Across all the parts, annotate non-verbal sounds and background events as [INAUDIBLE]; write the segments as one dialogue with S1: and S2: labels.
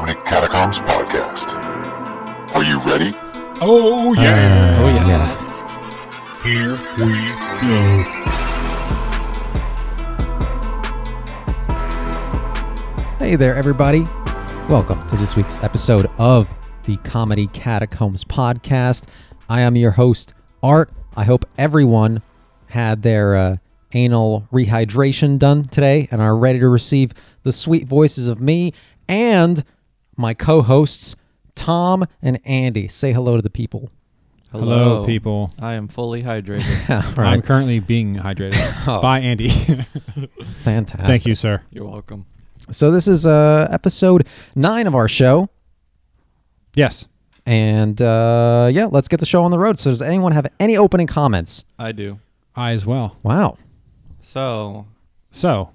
S1: Catacombs Podcast. Are you ready?
S2: Oh yeah.
S3: Oh yeah.
S2: Here we go.
S3: Hey there, everybody. Welcome to this week's episode of the Comedy Catacombs podcast. I am your host, Art. I hope everyone had their uh, anal rehydration done today and are ready to receive the sweet voices of me and my co hosts, Tom and Andy. Say hello to the people.
S2: Hello, people.
S4: I am fully
S2: [LAUGHS]
S4: hydrated.
S3: All
S2: I'm
S3: right.
S2: currently being [LAUGHS] hydrated
S3: Oh.
S2: by Andy.
S3: Fantastic.
S2: Thank you, sir.
S4: You're welcome.
S3: So, this is uh, episode nine of our show.
S2: Yes.
S3: And uh, yeah, let's get the show on the road. So, does anyone have any opening comments?
S4: I do.
S2: I as well.
S3: Wow.
S4: So,
S2: So,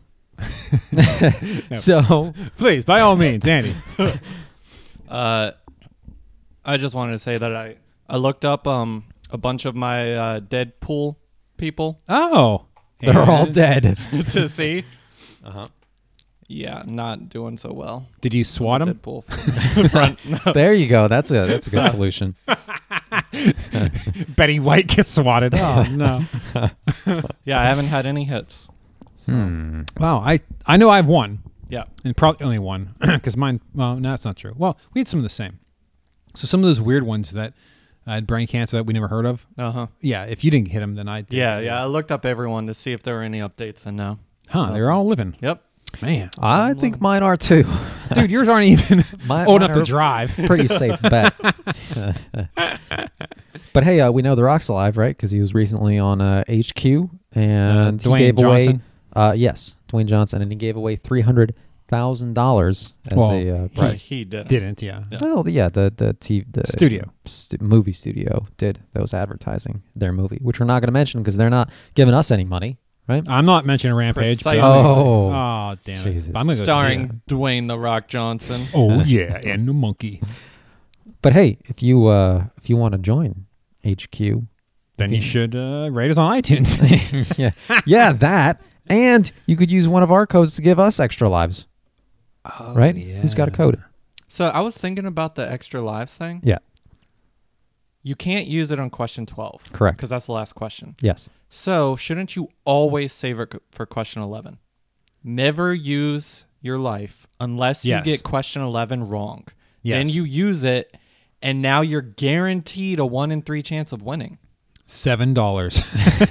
S3: So, [LAUGHS]
S2: please, by all means, Andy.
S4: uh, I just wanted to say that I I looked up um a bunch of my uh, Deadpool people [LAUGHS]
S2: Oh.
S3: they're all
S2: And
S3: dead.
S2: [LAUGHS]
S4: to see. Uh huh. Yeah, not doing so well.
S2: Uh-huh. Did you swat him?
S4: Deadpool [LAUGHS] front. No.
S3: There you go. That's a that's a
S2: [LAUGHS]
S3: good solution.
S2: [LAUGHS] Betty White gets swatted. Oh, [LAUGHS] no.
S4: Yeah, I haven't had any hits.
S2: wow. I, I know I have one,
S4: Yeah.
S2: and probably only one, because mine, well, no, that's not true. Well, we had some of the same. So, some of those weird ones that uh, had brain cancer that we never heard of.
S4: Uh huh.
S2: Yeah, if you didn't hit him, then I did.
S4: Yeah, yeah. I looked up everyone to see if there were any updates, and no.
S2: Huh, they're all living.
S4: Yep.
S2: Man.
S3: I think mine are too. [LAUGHS]
S2: Dude, yours [LAUGHS] aren't even
S3: My-
S2: old
S3: mine
S2: enough to
S3: are-
S2: drive. [LAUGHS]
S3: Pretty safe bet. but hey, uh, we know The Rock's alive, right? Because he was recently on uh, HQ and he
S2: Dwayne
S3: gave
S2: Johnson?
S3: away. Uh, yes, Dwayne Johnson, and he gave away three hundred thousand dollars as
S2: Well,
S3: a uh,
S2: he-
S3: prize.
S4: He, he did.
S2: Didn't, yeah.
S3: Well, yeah, the the, t- the
S2: Studio.
S3: st- movie studio did those advertising their movie, which we're not going to mention because they're not giving us any money, right?
S2: I'm not mentioning Rampage. but-
S4: Precisely.
S3: Oh.
S2: oh, damn it.
S3: Jesus.
S2: But I'm gonna go see it.
S4: Starring Dwayne the Rock Johnson.
S2: [LAUGHS] Oh yeah, and the monkey.
S3: But hey, if you uh, if you want to join HQ,
S2: Then you should uh, rate us on iTunes. [LAUGHS]
S3: yeah, yeah, that, and you could use one of our codes to give us extra lives, right? Who's got a code?
S4: So I was thinking about the extra lives thing.
S3: Yeah.
S4: You can't use it on question 12.
S3: Correct.
S4: Because that's the last question.
S3: Yes.
S4: So, shouldn't you always save it c- for question 11? Never use your life unless
S2: Yes.
S4: you get question 11 wrong. Then
S2: Yes.
S4: you use it, and now you're guaranteed a one in three chance of winning.
S2: Seven dollars. [LAUGHS]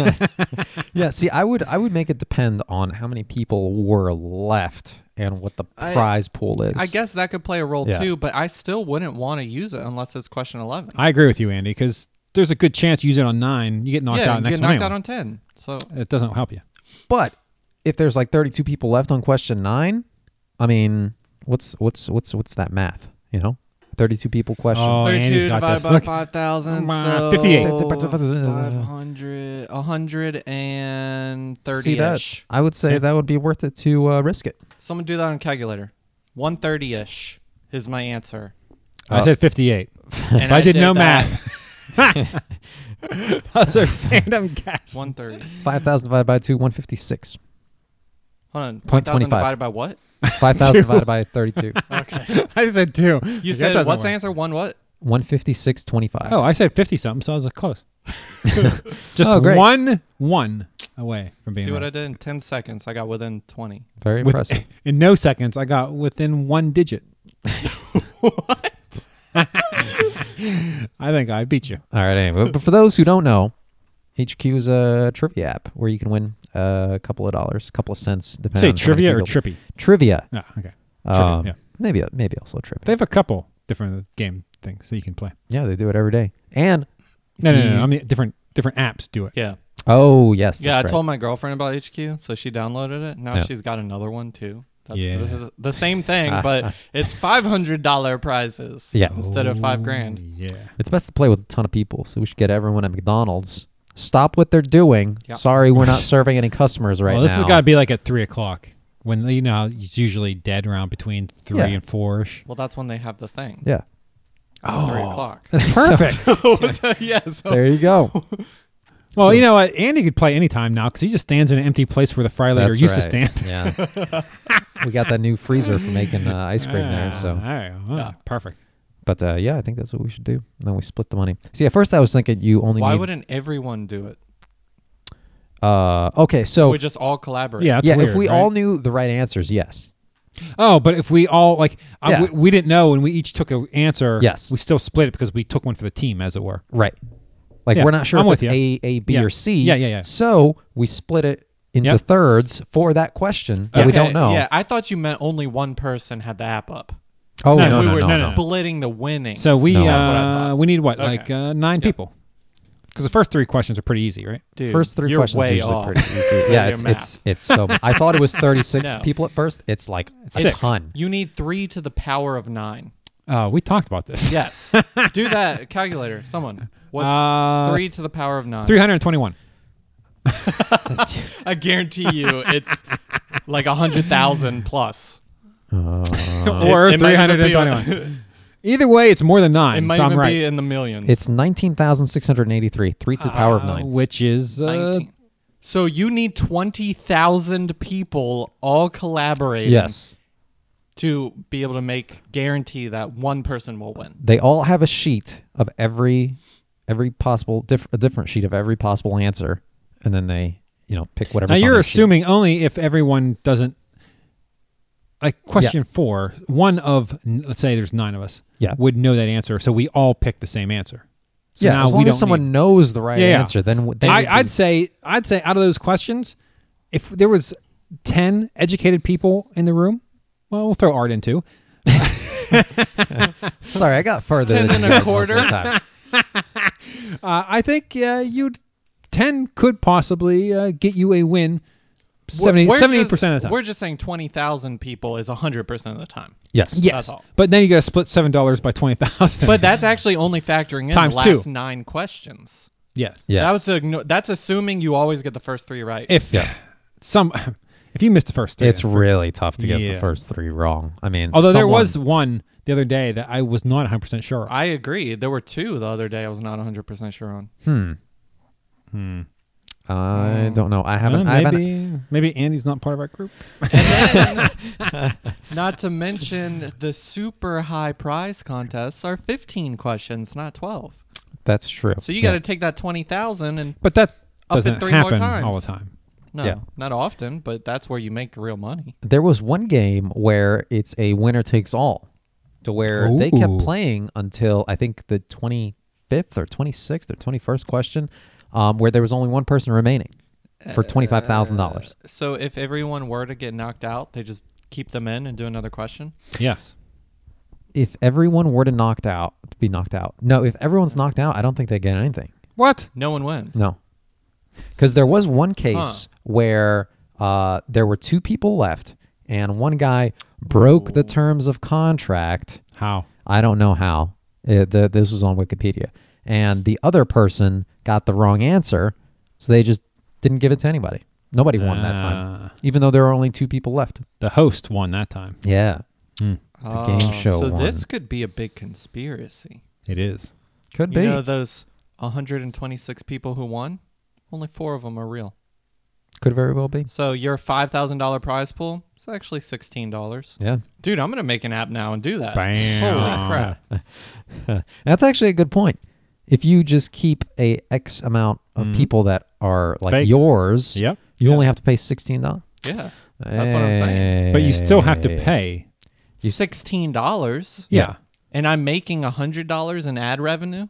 S3: Yeah. See, I would I would make it depend on how many people were left and what the
S4: I-
S3: prize pool is.
S4: I guess that could play a role
S3: Yeah.
S4: too, but I still wouldn't want to use it unless it's question 11.
S2: I agree with you, Andy, because there's a good chance you use it on nine, you get knocked
S4: yeah,
S2: out
S4: and
S2: next
S4: get
S2: one
S4: knocked out
S2: anyway.
S4: on 10. So,
S2: It doesn't help you.
S3: But if there's like 32 people left on question nine, I mean, what's what's what's what's that math? You know, 32 people question.
S2: Oh,
S4: 32
S2: Andy's got
S4: divided
S2: this.
S4: by
S2: Look.
S4: 5,000.
S2: Uh,
S4: So
S2: 58.
S4: 500, 130
S3: See that?
S4: ish.
S3: I would say that would be worth it to uh, risk [LAUGHS] it.
S4: Someone do that on calculator. 130 ish is my answer.
S2: I
S3: Oh.
S2: said [LAUGHS] fifty-eight.
S4: And
S2: if Uh, I, did, no
S4: that.
S2: [LAUGHS] math. Those are random guesses.
S4: 130.
S3: 5,000 divided by 2, 156.
S4: Hold on.
S3: Point
S4: 1,000
S3: 25.
S4: divided by what?
S3: [LAUGHS] 5,000 divided by 32.
S2: [LAUGHS] I said two.
S4: You
S2: That
S4: said
S2: doesn't
S4: what's the
S2: work.
S4: answer? One what?
S3: 156, 25.
S2: Oh, I said fifty something, so I was like, [LAUGHS] close. Just
S3: Oh, great.
S2: one one away from being
S4: See what I
S2: right.
S4: did in 10 seconds? I got within 20.
S3: Very
S2: With-
S3: impressive.
S2: [LAUGHS] in no seconds, I got within one
S4: [LAUGHS]
S2: digit. what? I think I beat you.
S3: All right, anyway. But for those who don't know, HQ is a trivia app where you can win uh, a couple of dollars, a couple of cents, depending
S2: Say
S3: on how many
S2: trivia or
S3: people-
S2: trippy.
S3: Trivia.
S2: No, okay. Trivia,
S3: Um,
S2: yeah.
S3: Maybe maybe also trivia.
S2: They have a couple different game things that you can play.
S3: Yeah, they do it every day. And
S2: No, no, no.
S3: You-
S2: no. I mean, different different apps do it.
S4: Mm-hmm. Yeah.
S3: oh yes,
S4: Yeah, I
S3: that's right.
S4: told my girlfriend about HQ, so she downloaded it. Now
S3: Yeah.
S4: she's got another one too. That's
S2: Yeah.
S4: this is the same thing,
S3: [LAUGHS]
S4: but it's five hundred dollar prizes
S3: Yeah. Oh.
S4: instead of five grand.
S2: Yeah.
S3: it's best to play with a ton of people. So we should get everyone at McDonald's. Stop what they're doing.
S4: Yeah.
S3: Sorry, we're not serving any customers right
S2: well, this
S3: now.
S2: has got to be like at three o'clock when you know how it's usually dead around between three
S3: Yeah.
S2: and four ish.
S4: Well, that's when they have the thing.
S3: yeah.
S4: at
S3: Oh.
S4: Three
S3: [LAUGHS]
S4: o'clock. [LAUGHS]
S2: Perfect.
S4: yeah. So
S3: There you
S2: [LAUGHS]
S3: go.
S2: well, you know what? Andy could play anytime now because he just stands in an empty place where the fry later
S3: That's
S2: used
S3: right.
S2: to stand.
S3: Yeah. we got that new freezer for making uh, ice cream
S2: [LAUGHS]
S3: there.
S2: Ah,
S3: So,
S2: all right, well, perfect.
S3: but uh, yeah, I think that's what we should do. And then we split the money. See, at first I was thinking you only.
S4: Why
S3: need-
S4: wouldn't everyone do it?
S3: Uh, okay, so
S4: We just all collaborate.
S2: Yeah, that's
S3: yeah,
S2: weird,
S3: if we
S2: right?
S3: all knew the right answers, yes.
S2: Oh, but if we all like, I-
S3: Yeah.
S2: we, we didn't know, and we each took an answer.
S3: Yes.
S2: we still split it because we took one for the team, as it were.
S3: Right. Like
S2: Yeah,
S3: we're not sure
S2: I'm
S3: if
S2: with
S3: it's
S2: ya.
S3: A, A, B,
S2: Yeah.
S3: or C.
S2: Yeah, yeah, yeah.
S3: So we split it into
S2: Yep.
S3: thirds for that question that we
S4: Okay,
S3: don't know.
S4: Yeah, I thought you meant only one person had the app up.
S3: Oh
S2: No,
S3: no, no,
S4: we
S3: no,
S4: were
S3: no,
S2: no, no.
S4: splitting the winnings.
S2: So we
S3: No. That's
S4: what I
S2: uh,
S4: thought.
S2: we need what
S4: Okay.
S2: like uh, nine
S4: Yeah.
S2: people because the first three questions are pretty easy, right?
S4: Dude,
S3: First three
S4: you're
S3: questions are
S4: way
S3: usually
S4: off.
S3: pretty
S2: [LAUGHS]
S3: easy.
S4: [LAUGHS] With
S3: yeah,
S4: your
S3: it's
S4: math.
S3: it's it's so. I thought it was thirty six
S4: No.
S3: people at first. It's like a
S2: Six.
S3: ton.
S4: You need three to the power of nine.
S2: Uh, we talked about this.
S4: Yes. Do that calculator. Someone. What's
S2: Uh,
S4: three to the power of nine?
S2: [LAUGHS] three hundred twenty-one.
S4: I guarantee you, it's like a hundred thousand plus.
S2: or
S3: Uh,
S4: It- it might
S2: three
S4: even
S2: hundred
S4: be- [LAUGHS]
S2: and twenty-one. Either way, it's more than nine.
S4: It might
S2: so I'm
S4: even
S2: right.
S4: be in the millions.
S3: It's nineteen thousand six hundred eighty three. Three to the power of
S2: Uh,
S3: nine.
S2: which is uh,
S4: 19. So you need twenty thousand people all collaborating.
S3: Yes,
S4: To be able to make guarantee that one person will win.
S3: they all have a sheet of every every possible diff- a different sheet of every possible answer, and then they you know pick whatever.
S2: Now you're assuming only if everyone doesn't. Like question four, one of n- let's say there's nine of us,
S3: Yeah.
S2: would know that answer, so we all pick the same answer. So
S3: yeah,
S2: now
S3: as
S2: we
S3: long
S2: don't
S3: as someone
S2: need-
S3: knows the right
S2: Yeah, yeah.
S3: answer, then w- they would
S2: I,
S3: be-
S2: I'd say I'd say out of those questions, if there was ten educated people in the room, well, we'll throw art in too.
S3: Sorry, I got further
S4: Ten
S3: than
S4: and
S3: you
S4: a
S3: guys most of the
S4: quarter.
S2: [LAUGHS]
S3: time.
S2: Uh, I think uh, you'd ten could possibly uh, get you a win. 70
S4: We're
S2: 78
S4: just-
S2: percent of the time.
S4: We're just saying 20,000 people is 100% of the time.
S3: Yes.
S2: Yes,
S4: that's all.
S2: but then you got to split seven dollars by twenty thousand.
S4: But that's actually only factoring in
S2: Times
S4: the last
S2: two.
S4: nine questions.
S2: [LAUGHS] yes,
S3: Yes.
S4: That was igno- that's assuming you always get the first three right.
S2: if
S3: Yes.
S2: some [LAUGHS] if you missed the first three,
S3: It's really tough to get the
S2: Yeah.
S3: first three wrong. I mean,
S2: although there
S3: someone-
S2: was one the other day that I was not 100 percent sure.
S4: I agree. There were two the other day I was not 100% sure on.
S3: I don't know. I haven't.
S2: Uh,
S3: I haven't.
S2: maybe maybe Andy's not part of our group.
S4: Not
S3: [LAUGHS]
S4: to mention the super high prize contests are 15 questions, not 12.
S3: That's true.
S4: So you
S3: Yeah.
S4: got to take that 20,000 and
S2: But that
S4: Up it
S2: doesn't
S4: three more
S2: happen all
S4: times.
S2: the time.
S4: no,
S3: Yeah.
S4: not often, but that's where you make real money.
S3: There was one game where it's a winner takes all, to where they kept
S2: Ooh.
S3: playing until I think the twenty fifth or twenty sixth or twenty first question, um, where there was only one person remaining for twenty five thousand dollars.
S4: So if everyone were to get knocked out, they just keep them in and do another question.
S2: Yes.
S3: If everyone were to knocked out, be knocked out. No, if everyone's knocked out, I don't think they get anything.
S2: What?
S4: No one wins.
S3: No. Because there was one case where uh, there were two people left, and one guy broke the terms of contract.
S2: How?
S3: I don't know how. It, the, this was on Wikipedia. And the other person got the wrong answer, so they just didn't give it to anybody. Nobody won that time,
S2: Ah.
S3: even though there were only two people left.
S2: The host won that time.
S3: Yeah. The game
S4: Oh,
S3: show
S4: So
S3: one.
S4: this could be a big conspiracy.
S2: It is.
S3: could
S4: You
S3: be.
S4: know those 126 people who won? Only four of them are real.
S3: could very well be.
S4: So your $5,000 prize pool is actually $16.
S3: Yeah.
S4: Dude, I'm going to make an app now and do that.
S2: Bam.
S4: Holy crap.
S3: That's actually a good point. If you just keep a X amount of people that are like
S2: Mm-hmm. Fake.
S3: yours,
S2: Yep.
S3: you only have to pay sixteen dollars.
S4: Yeah. That's what I'm saying.
S2: But you still have to pay.
S4: $16
S2: Yeah.
S4: and I'm making $100 in ad revenue?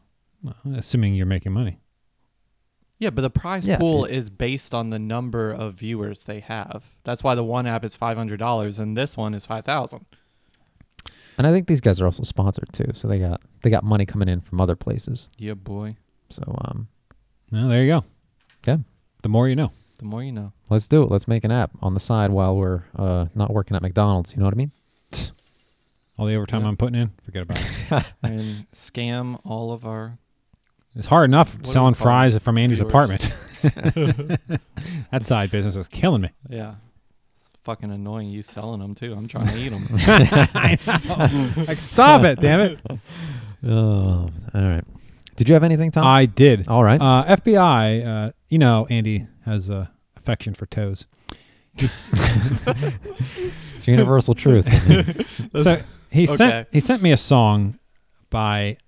S2: Assuming you're making money.
S4: Yeah, but the prize
S3: Yeah.
S4: pool is based on the number of viewers they have. That's why the one app is $500 and this one is 5000
S3: And I think these guys are also sponsored too, so they got they got money coming in from other places.
S4: Yeah, boy.
S3: So um,
S2: Well, there you go.
S3: yeah,
S2: The more you know.
S4: The more you
S3: [LAUGHS]
S4: know.
S3: let's do it. Let's make an app on the side while we're uh, not working at McDonald's. You know what I mean?
S2: All the overtime I'm putting in, forget about it.
S4: and scam all of our
S2: It's hard enough
S4: do we
S2: selling
S4: call them?
S2: fries from Andy's
S4: Viewers.
S2: apartment.
S4: [LAUGHS]
S2: [LAUGHS] that side business is killing me.
S4: Yeah. It's fucking annoying you selling them too. I'm trying to eat
S2: [LAUGHS]
S4: them.
S2: Like, stop it, damn it.
S3: Oh, all right. Did you have anything, Tom?
S2: I did.
S3: All right.
S2: Uh, FBI, uh, you know, Andy has uh, affection for toes.
S4: [LAUGHS]
S2: He's-
S3: It's
S2: [LAUGHS]
S3: universal truth.
S2: so he
S4: Okay.
S2: sent he sent me a song by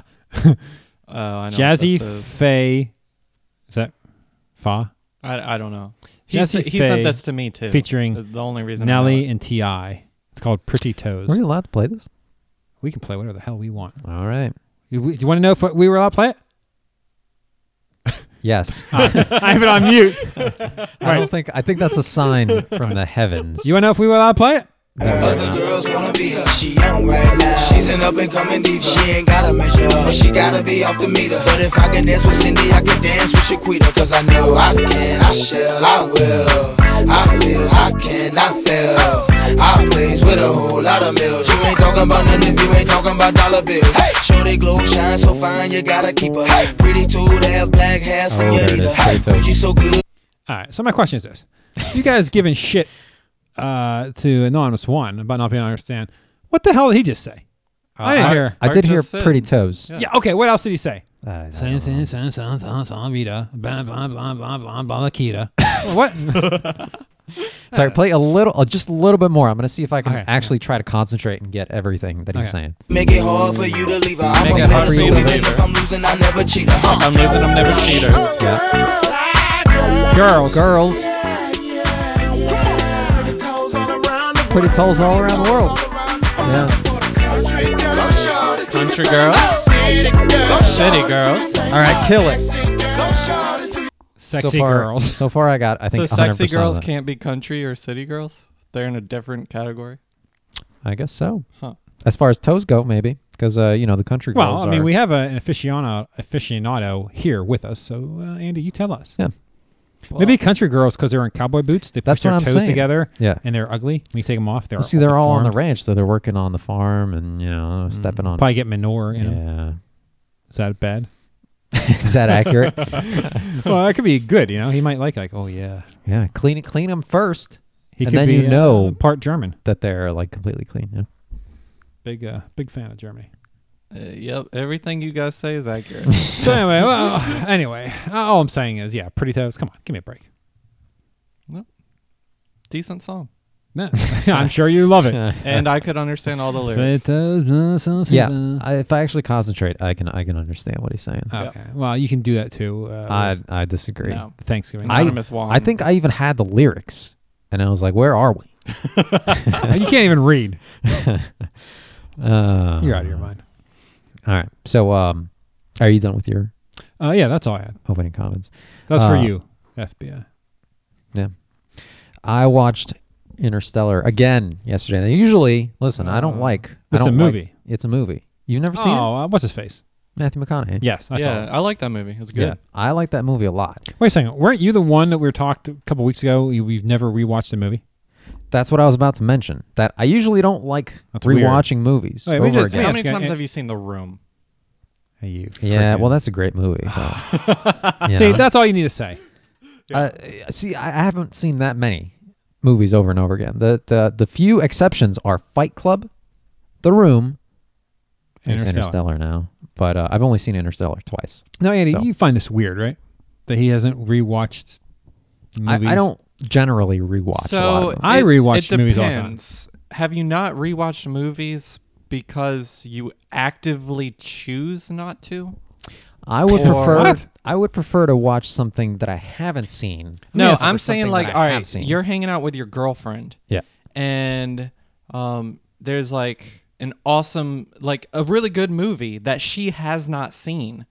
S4: Oh, I know. what
S2: Jazzy
S4: this is.
S2: Faye. Is that Fa?
S4: I, I don't know. He,
S2: Jazzy
S4: s- he sent
S2: Faye
S4: this to me too.
S2: featuring
S4: Is the only reason I know
S2: Nelly
S4: it.
S2: and Ti. It's called Pretty Toes.
S3: Were you allowed to play this?
S2: We can play whatever the hell we want.
S3: All right.
S2: You, you want to know if we were allowed to play it?
S3: Yes.
S2: [LAUGHS] I have it on mute.
S3: I don't think. I think that's a sign from the heavens.
S2: You want to know if we were allowed to play it?
S3: that we're
S5: Other
S3: not.
S5: girls wanna be her. She young right now. She's an up and coming diva. She ain't gotta measure up. She gotta be off the meter. But if I can dance with Cindy, I can dance with Shaquita. Cause I know I can, I shall, I will. I feel, I can, I fail. I plays with a whole lot of mills. You ain't talking about nothing if you ain't talking about dollar bills. Hey, show they glow shine so fine, you gotta keep her. Hey, pretty too, they have black hair,
S3: Oh, there it is,
S5: senorita.
S3: pretty toes.
S5: Hey, she's so good.
S2: All right. So my question is this: You guys giving shit uh, to anonymous one about not being able to understand? What the hell did he just say? Uh, I didn't
S3: I,
S2: hear.
S3: I
S4: Art
S3: did hear
S4: just said-
S3: pretty toes.
S2: yeah. Okay. What else did he say?
S3: I- I don't
S2: San
S3: know.
S2: san san san san san Rita. Blah blah blah blah blah blah Kita. [LAUGHS] What?
S3: Sorry, play a little, uh, just a little bit more. I'm gonna see if I can
S2: Okay,
S3: actually try to concentrate and get everything that he's
S2: Okay.
S3: saying.
S5: Make it hard for you to leave her. I'm
S4: Make
S5: a
S4: it hard
S5: winner,
S4: for
S5: so
S4: you to
S5: even
S4: leave
S5: if
S4: her. Uh-huh.
S5: I'm losing, I never cheat her. Huh.
S4: I'm losing. I'm never cheater.
S3: Yeah.
S2: Girls.
S3: Girls, pretty toes all around the world. Yeah.
S4: Country girls. City girls.
S3: All right, kill it. so
S2: Sexy
S3: far,
S2: girls.
S3: So far, I got. I
S4: So
S3: think. 100%
S4: sexy
S3: of
S4: girls
S3: that.
S4: can't be country or city girls. They're in a different category.
S3: I guess so.
S4: Huh.
S3: As far as toes go, maybe because uh, you know the country
S2: Well,
S3: girls
S2: I mean,
S3: are-
S2: we have a, an aficionado aficionado here with us. So uh, Andy, you tell us.
S3: Yeah.
S2: Maybe country girls because they're in cowboy boots. They
S3: That's
S2: push their
S3: what I'm
S2: toes
S3: saying.
S2: together.
S3: Yeah.
S2: And they're ugly. When you take them off, they're
S3: Well, see, they're all on the
S2: deformed.
S3: ranch, so they're working on the farm and you know stepping on.
S2: Probably get manure. Mm-hmm. You know,
S3: yeah.
S2: is that bad?
S3: Is that accurate? [LAUGHS]
S2: well, that could be good. You know, he might like like, oh yeah,
S3: yeah. Clean it. Clean them first.
S2: he
S3: And
S2: could
S3: then
S2: be
S3: you
S2: uh,
S3: know-
S2: part German.
S3: That they're like completely clean. Yeah.
S2: Big uh, big fan of Germany.
S4: Uh, yep, everything you guys say is
S2: [LAUGHS]
S4: accurate.
S2: So anyway, well, [LAUGHS] anyway, uh, all I'm saying is, yeah, pretty toes. Come on, give me a break.
S4: Decent song,
S2: No, [LAUGHS] I'm sure you love
S3: [LAUGHS]
S2: it.
S4: and I could understand all the
S2: Pretty
S4: lyrics.
S2: toes, uh, so- so-
S3: Yeah. I, if I actually concentrate, I can I can understand what he's saying.
S2: Okay. Well, you can do that too. Uh,
S3: I
S2: with
S3: I disagree.
S4: No.
S2: Thanksgiving.
S3: I,
S4: Anonymous Juan.
S3: I think I even had the lyrics, and I was like, "Where are we?"
S2: [LAUGHS] you can't even read.
S3: Uh,
S2: You're out of your mind.
S3: All right. So, um, are you done with your
S2: Uh, yeah, that's all I had.
S3: opening comments?
S2: That's for
S3: Uh,
S2: you, FBI.
S3: Yeah. I watched Interstellar again yesterday. Now, usually, listen, I don't like. I
S2: Uh, it's a
S3: don't like-
S2: movie.
S3: it's a movie. You've never seen
S2: Oh, uh, what's his face?
S3: it, Matthew McConaughey.
S2: Yes, I saw
S4: yeah,
S2: it.
S4: I like that movie. It's
S3: Yeah.
S4: good.
S3: I like that movie a lot.
S2: Wait a second. Weren't you the one that we were talked a couple weeks ago? You, we've never rewatched a movie.
S3: That's what I was about to mention. That I usually don't like
S2: That's weird.
S3: rewatching movies
S2: Wait, we
S3: over
S2: did-
S3: again.
S2: Yeah,
S4: How
S2: it's
S4: many
S2: good.
S4: times
S2: It-
S4: have you seen The Room?
S2: You
S3: Yeah,
S2: frickin-
S3: well, that's a great movie. though.
S2: [LAUGHS]
S3: You
S2: See,
S3: know?
S2: that's all you need to say.
S3: Uh, see, I, I haven't seen that many movies over and over again. The the the few exceptions are Fight Club, The Room, and it's Interstellar now. But uh, I've only seen Interstellar twice.
S2: No, Andy,
S3: So-
S2: you find this weird, right? That he hasn't rewatched
S3: I,
S2: movies.
S3: I don't generally rewatch. a lot of
S4: So
S3: movies.
S2: I
S4: it's-
S2: rewatch
S4: it
S2: movies all the time.
S4: depends. Have you not rewatched movies because you actively choose not to?
S3: I would
S4: Or-
S3: prefer.
S4: What?
S3: I would prefer to watch something that I haven't seen.
S4: No,
S3: Yes, or
S4: I'm saying
S3: something
S4: like,
S3: that
S4: all
S3: I have
S4: right,
S3: seen.
S4: you're hanging out with your girlfriend.
S3: yeah.
S4: and um, there's like an awesome, like a really good movie that she has not seen.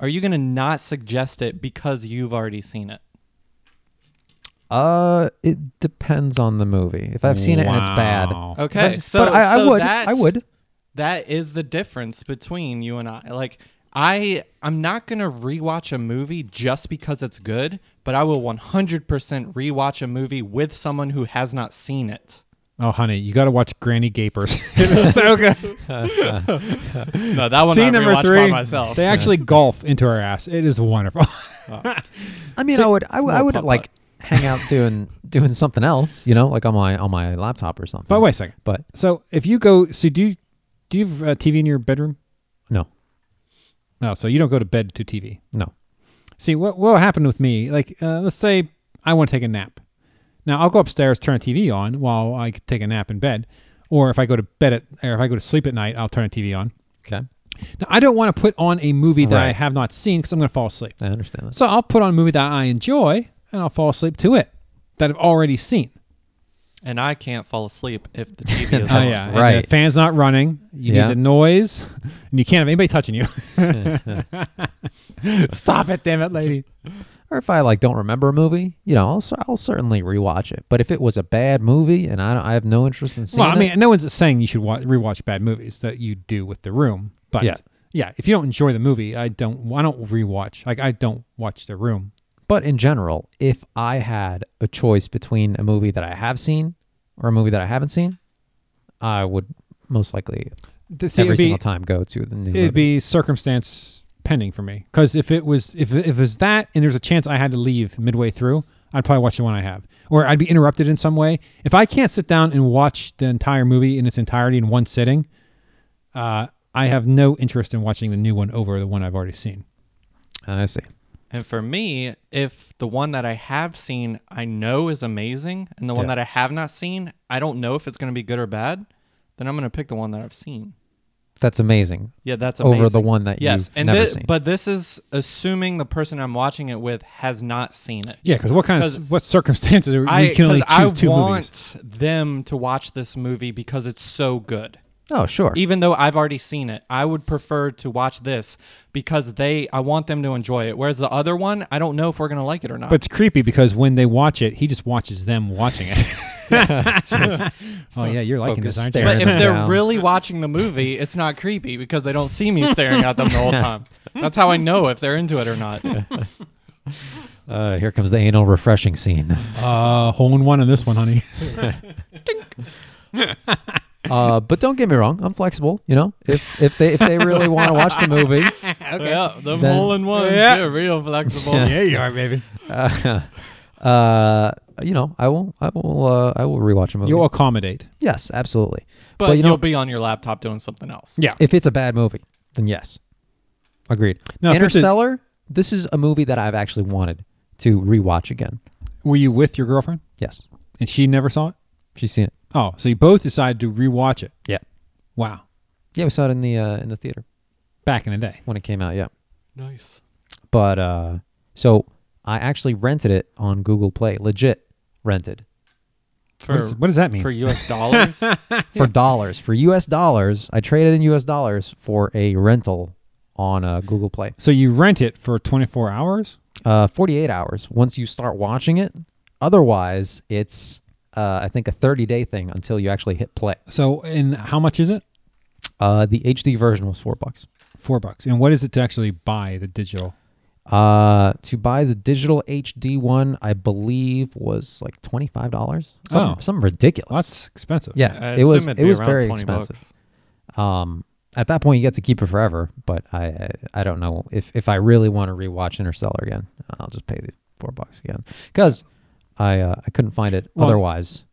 S4: Are you gonna not suggest it because you've already seen it?
S3: Uh, it depends on the movie. If I've seen it and it's bad,
S2: Wow.
S4: Okay,
S3: But-
S4: so
S3: but I- I
S4: so
S3: would,
S4: that's-
S3: I would.
S4: That is the difference between you and I. Like I, I'm not gonna rewatch a movie just because it's good, but I will 100% rewatch a movie with someone who has not seen it.
S3: [LAUGHS]
S2: Oh, honey, you got to watch Granny Gapers. [LAUGHS] it is
S4: [LAUGHS]
S2: so good.
S4: No, that one I
S2: Scene number
S4: rewatched
S2: three.
S4: by myself.
S2: They actually golf into her ass. It is wonderful. [LAUGHS]
S3: I mean, I would. I, would- I
S4: more
S3: would
S4: putt-putt.
S3: like hang out doing doing something else. You know, like on my on my laptop or something.
S2: but wait a second.
S3: But
S2: So if you go, so do you, do you have a TV in your bedroom?
S3: no,
S2: No, Oh, so you don't go to bed to TV.
S3: no.
S2: See what what happened with me? Like, uh, let's say I want to take a nap. Now I'll go upstairs, turn the TV on while I could take a nap in bed, or if I go to bed at, or if I go to sleep at night, I'll turn the TV on.
S3: Okay.
S2: Now I don't want to put on a movie that I
S3: Right.
S2: have not seen because I'm going to fall asleep.
S3: I understand that.
S2: So I'll put on a movie that I enjoy and I'll fall asleep to it that I've already seen.
S4: And I can't fall asleep if [LAUGHS] the TV is
S3: Oh, [LAUGHS]
S4: on.
S3: That's
S2: yeah, and
S3: right.
S2: the fan's not running. You
S3: Yeah.
S2: need the noise, [LAUGHS] and you can't have anybody
S3: [LAUGHS]
S2: touching you. [LAUGHS] Stop it, damn it, lady.
S3: Or if I like don't remember a movie, you know, I'll, cer- I'll certainly rewatch it. But if it was a bad movie and I, don't- I have no interest in seeing
S2: Well, I
S3: it,
S2: mean, no one's saying you should watch, rewatch bad movies that you do with the room, but
S3: Yeah.
S2: yeah. if you don't enjoy the movie, I don't. I don't rewatch. Like I don't watch the room.
S3: But in general, if I had a choice between a movie that I have seen or a movie that I haven't seen, I would most likely
S2: Th- see,
S3: every
S2: it'd be,
S3: single time go to the new movie.
S2: It'd be circumstance pending for me because if it was if if it was that and there's a chance I had to leave midway through, I'd probably watch the one I have, or I'd be interrupted in some way. If I can't sit down and watch the entire movie in its entirety in one sitting, uh, I have no interest in watching the new one over the one I've already seen.
S3: I see.
S4: And for me, if the one that I have seen I know is amazing and the one
S3: Yeah.
S4: that I have not seen, I don't know if it's going to be good or bad, then I'm going to pick the one that I've seen.
S3: That's amazing.
S4: Yeah, that's
S3: Over
S4: amazing.
S3: the one that
S4: yes,
S3: you've
S4: and
S3: never
S4: thi-
S3: seen.
S4: But this is assuming the person I'm watching it with has not seen it.
S2: Yeah, because what kind
S4: Because
S2: of what circumstances are,
S4: I
S2: you can only
S4: 'cause I
S2: choose two movies?
S4: want them to watch this movie because it's so good.
S3: Oh, sure.
S2: E
S4: Even though I've already seen it, I would prefer to watch this because they I want them to enjoy it. Whereas the other one, I don't know if we're going to like it or not.
S2: But it's creepy because when they watch it, he just watches them watching it. [LAUGHS] oh yeah, you're liking
S3: focus
S2: this, aren't
S3: stare.
S2: you?
S4: But if
S3: them
S4: they're
S3: down.
S4: really watching the movie, it's not creepy because they don't see me staring at them the whole time. That's how I know if they're into it or not.
S3: uh, here comes the anal refreshing
S2: [LAUGHS]
S3: scene.
S2: Uh, hole in one on this one, honey.
S3: uh, but don't get me wrong. I'm flexible. You know, if if they if they really want to watch the movie,
S4: [LAUGHS] Yeah, them
S3: Then-
S4: hole in ones,
S2: Yeah.
S4: they're real flexible.
S2: [LAUGHS] yeah, you are, baby.
S3: uh, [LAUGHS] uh, you know, I will I will uh, I will rewatch a movie.
S2: [LAUGHS] You'll accommodate.
S3: yes, absolutely.
S4: But,
S3: you
S4: you
S3: know,
S4: will be on your laptop doing something else.
S2: Yeah.
S3: If it's a bad movie, then yes. Agreed.
S2: No, if it's a-
S3: Interstellar, this is a movie that I've actually wanted to rewatch again.
S2: Were you with your girlfriend
S3: Yes.
S2: and she never saw it?
S3: She's seen it.
S2: Oh, so you both decided to rewatch it.
S3: Yeah.
S2: Wow.
S3: Yeah, we saw it in the uh, in the theater
S2: Back in the day.
S3: when it came out, yeah.
S4: Nice.
S3: But uh so I actually rented it on Google Play, legit rented.
S2: What,
S4: For
S2: is, what does that mean?
S4: for
S3: [LAUGHS]
S4: US dollars?
S3: For dollars, for US dollars, I traded in US dollars for a rental on uh, Google Play.
S2: so you rent it for 24 hours?
S3: Uh 48 hours once you start watching it. Otherwise, it's uh, I think a 30-day thing until you actually hit play.
S2: So, and how much is it?
S3: Uh, the HD version was four bucks.
S2: Four bucks. And what is it to actually buy the digital?
S3: Uh, to buy the digital HD one, I believe was like twenty five dollars. Some,
S2: Oh.
S3: some ridiculous.
S2: That's expensive.
S3: yeah, it was. It was very expensive.
S4: Bucks.
S3: Um, at that point, you get to keep it forever. But I, I, I don't know if if I really want to rewatch Interstellar again, I'll just pay the four bucks again because I uh, I couldn't find it
S2: Well,
S3: otherwise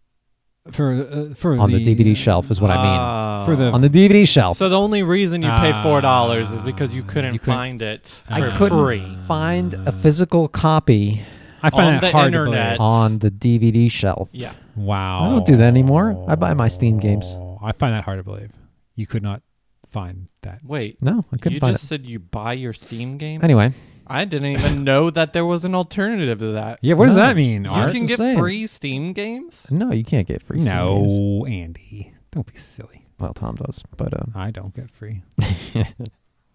S2: For uh, for
S3: on the, DVD
S2: uh,
S3: shelf is what I
S2: For the
S3: mean. On the DVD shelf,
S4: Ah. so the only reason you paid four dollars is because you
S2: Ah,
S4: couldn't
S2: you couldn't-
S4: find it
S3: I
S4: for
S3: couldn't
S4: free.
S3: find a physical copy
S2: I find
S4: on
S2: that
S4: the
S2: hard to
S4: internet.
S2: believe.
S3: on the DVD shelf.
S4: Yeah.
S2: Wow. Oh,
S3: I don't do that anymore. I buy my Steam games.
S2: I find that hard to believe. You could not find that.
S4: Wait.
S3: No, I couldn't
S4: you
S3: find
S4: just
S3: it.
S4: said you buy your Steam games.
S3: Anyway.
S4: I didn't
S3: [LAUGHS]
S4: even know that there was an alternative to that.
S2: Yeah, what does
S3: No.
S2: that mean,
S4: you
S2: Art?
S4: can
S3: just
S4: get
S3: saying.
S4: free Steam games.
S3: No, you can't get free. Steam games.
S2: No, Andy. Don't be silly.
S3: Well, Tom does, but um,
S2: I don't
S3: [LAUGHS]
S2: get free.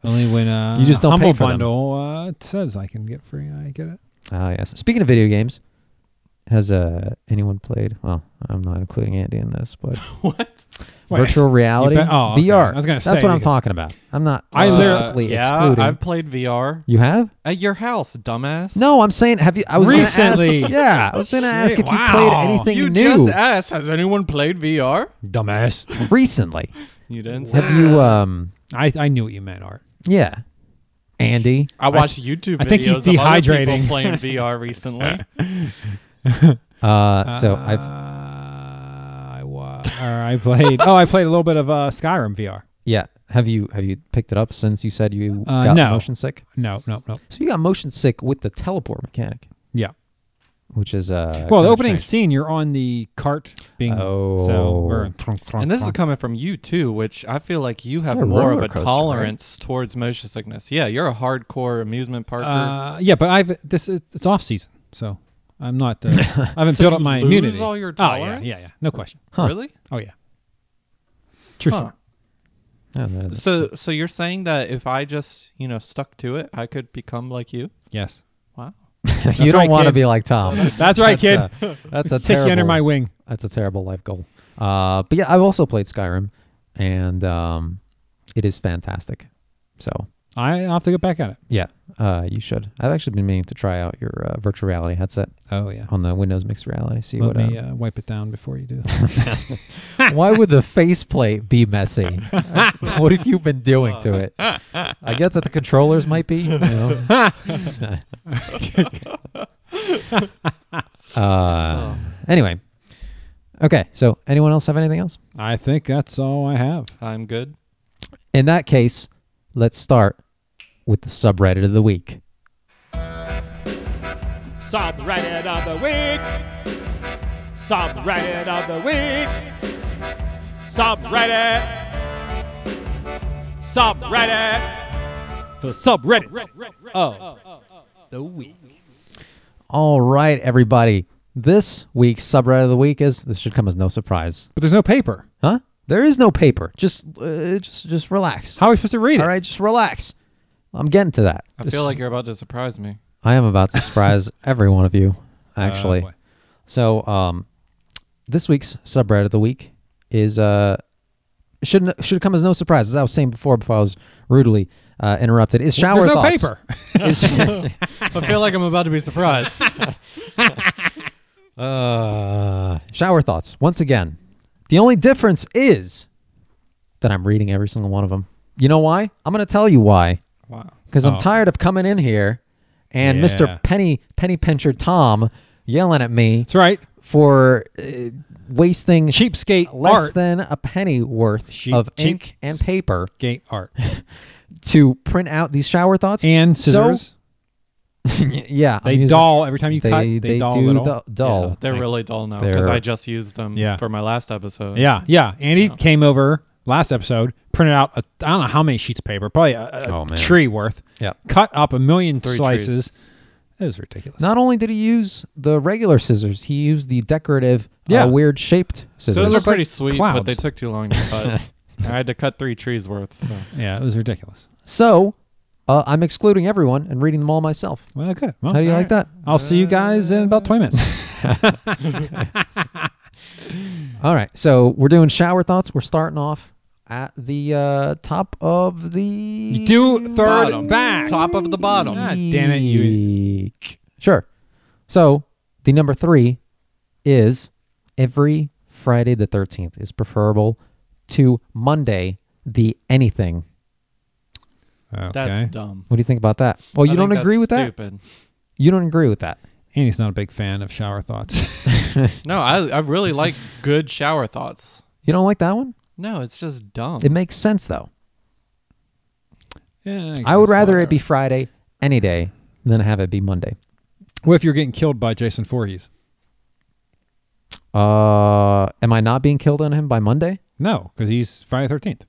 S2: Only when uh,
S3: You just don't
S2: Humble
S3: pay for them.
S2: Bundle uh, it says I can get free. I get it.
S3: ah, yes. Speaking of video games, has uh anyone played? Well, I'm not including Andy in this, but
S4: What?
S2: [LAUGHS] Wait,
S3: virtual reality,
S2: bet- oh, okay.
S3: VR.
S2: I was gonna
S3: That's
S2: say
S3: what I'm
S2: because-
S3: talking about. I'm not
S2: I
S4: Uh,
S2: literally-
S3: specifically
S4: yeah,
S3: excluding.
S4: I've played VR
S3: You have?
S4: at your house, dumbass.
S3: No, I'm saying have you? I was gonna ask-
S2: Recently.
S3: yeah, I was gonna ask if you
S2: Wow.
S3: played anything
S4: you
S3: new
S4: just asked. Has anyone played VR?
S2: Dumbass.
S3: recently.
S4: You didn't. Say.
S3: have you? Um,
S2: I, I knew what you meant, Art.
S3: yeah, Andy.
S4: I watched YouTube.
S2: I think he's
S4: videos of other people
S2: dehydrating.
S4: playing VR recently.
S3: Uh, so I've
S2: I [LAUGHS] was. Or I played. oh, I played a little bit of uh, Skyrim VR.
S3: yeah. Have you have you picked it up since you said you
S2: Uh,
S3: got
S2: no.
S3: motion sick?
S2: No, no, no.
S3: So you got motion sick with the teleport mechanic.
S2: Yeah.
S3: which is uh
S2: well,
S3: kind
S2: the
S3: of
S2: opening
S3: strange.
S2: scene, you're on the cart being. So,
S3: Oh.
S2: or, trunk, trunk,
S4: And this is
S2: trunk.
S4: coming from you too, which I feel like you have
S3: Yeah,
S4: more of
S3: roller
S4: a
S3: coaster, right?
S4: tolerance towards motion sickness. Yeah, you're a hardcore amusement parker.
S2: Uh, yeah, but I've this is, it's off season, so I'm not. Uh, I haven't built up
S4: you
S2: my
S4: lose
S2: immunity.
S4: all your
S2: Oh, yeah,
S4: tolerance?
S2: yeah, yeah, no question.
S4: Really?
S2: Oh yeah. True
S4: Huh.
S2: story.
S3: Yeah, that-
S2: [LAUGHS]
S4: So so you're saying that if I just, you know, stuck to it, I could become like you?
S2: Yes.
S4: Wow.
S3: you don't
S2: right,
S3: want to
S2: kid.
S3: be like Tom.
S2: That's right, kid.
S3: That's a, that's a
S2: [LAUGHS] Take
S3: terrible.
S2: you under my wing.
S3: that's a terrible life goal. Uh, but yeah, I've also played Skyrim, and um, it is fantastic. So
S2: I I'll have to get back at it.
S3: yeah, uh, you should. I've actually been meaning to try out your uh, virtual reality headset
S2: Oh yeah.
S3: on the Windows Mixed Reality. See
S2: Let
S3: what. uh,
S2: me uh, wipe it down before you do. that.
S3: Why would the faceplate be
S2: [LAUGHS]
S3: messy? [LAUGHS] what have you been doing to it? I get that the controllers might be. You know. [LAUGHS] uh, anyway, okay. So, anyone else have anything else?
S2: I think that's all I have.
S4: I'm good.
S3: In that case, let's start with the subreddit of the week.
S6: Subreddit of the week. Subreddit of the week. Subreddit. Subreddit. The subreddit Oh. of the week.
S3: All right, everybody. This week's subreddit of the week is this should come as no surprise,
S2: But there's no paper.
S3: huh? There is no paper. Just, uh, just, just relax.
S2: How are we supposed to read it?
S3: All right, just relax. I'm getting to that.
S4: I feel like you're about to surprise me.
S3: I am about to
S2: [LAUGHS]
S3: surprise every one of you,
S2: Oh,
S3: actually.
S2: boy.
S3: so, um, this week's subreddit of the week is uh, shouldn't should come as no surprise. As I was saying before, before I was rudely uh, interrupted, is shower
S2: there's no
S3: thoughts.
S2: paper. [LAUGHS]
S3: Is- [LAUGHS]
S4: I feel like I'm about to be surprised.
S3: Uh, shower thoughts. Once again, the only difference is that I'm reading every single one of them. You know why? I'm going to tell you why.
S4: wow.
S3: Because I'm
S2: Oh.
S3: tired of coming in here and
S2: Yeah.
S3: Mr. Penny Penny Pincher Tom yelling at me
S2: That's right.
S3: for uh, wasting
S2: Cheapskate
S3: less
S2: art.
S3: than a penny worth
S2: Cheap-
S3: of
S2: cheap
S3: ink and paper
S2: Gate
S3: [LAUGHS]
S2: art
S3: to print out these shower thoughts
S2: and scissors.
S3: So, yeah, I'm
S2: they
S3: using-
S2: dull every time you
S3: They
S2: cut.
S3: they,
S2: They, dull a
S3: do
S2: little.
S3: du- dull.
S4: [LAUGHS] They're really dull now because
S3: They're-
S4: I just used them
S2: Yeah.
S4: for my last episode.
S2: Yeah, yeah. Andy came over last episode, printed out a, I don't know how many sheets of paper, probably a, a
S3: Oh, man.
S2: tree worth.
S3: Yep.
S2: Cut up a million
S4: Three
S2: slices. It was ridiculous.
S3: Not only did he use the regular scissors, he used the decorative,
S2: Yeah.
S3: uh, weird shaped scissors.
S4: Those are
S2: look like
S4: pretty sweet, but they
S2: clouds.
S4: took too long to cut. I had to cut three trees worth. So.
S2: Yeah, it was ridiculous.
S3: so uh, I'm excluding everyone and reading them all myself.
S2: Well, good. Well,
S3: How do you
S2: all
S3: like
S2: right.
S3: that?
S2: I'll see you guys in about 20 minutes.
S3: [LAUGHS]
S2: Mm-hmm.
S3: All right, so we're doing shower thoughts. We're starting off at the uh, top of the.
S2: You do third
S4: Bottom.
S2: back.
S4: Top of the bottom.
S2: God damn it, you.
S3: Eek. Sure. So the number three is every Friday the 13th is preferable to Monday the anything.
S2: Okay.
S4: That's dumb.
S3: What do you think about that? Well, Oh, you
S4: I
S3: don't
S4: think
S3: agree
S4: that's
S3: with that?
S4: Stupid.
S3: You don't agree with that.
S2: Andy's not a big fan of shower thoughts. [LAUGHS]
S4: No, I, I really like good shower thoughts.
S3: You don't like that one?
S4: No, it's just dumb.
S3: It makes sense though.
S2: yeah,
S3: I would
S2: guess.
S3: rather it be Friday any day than have it be Monday.
S2: What if you're getting killed by Jason Voorhees?
S3: Uh, am I not being killed on him by Monday?
S2: No, because he's Friday 13th.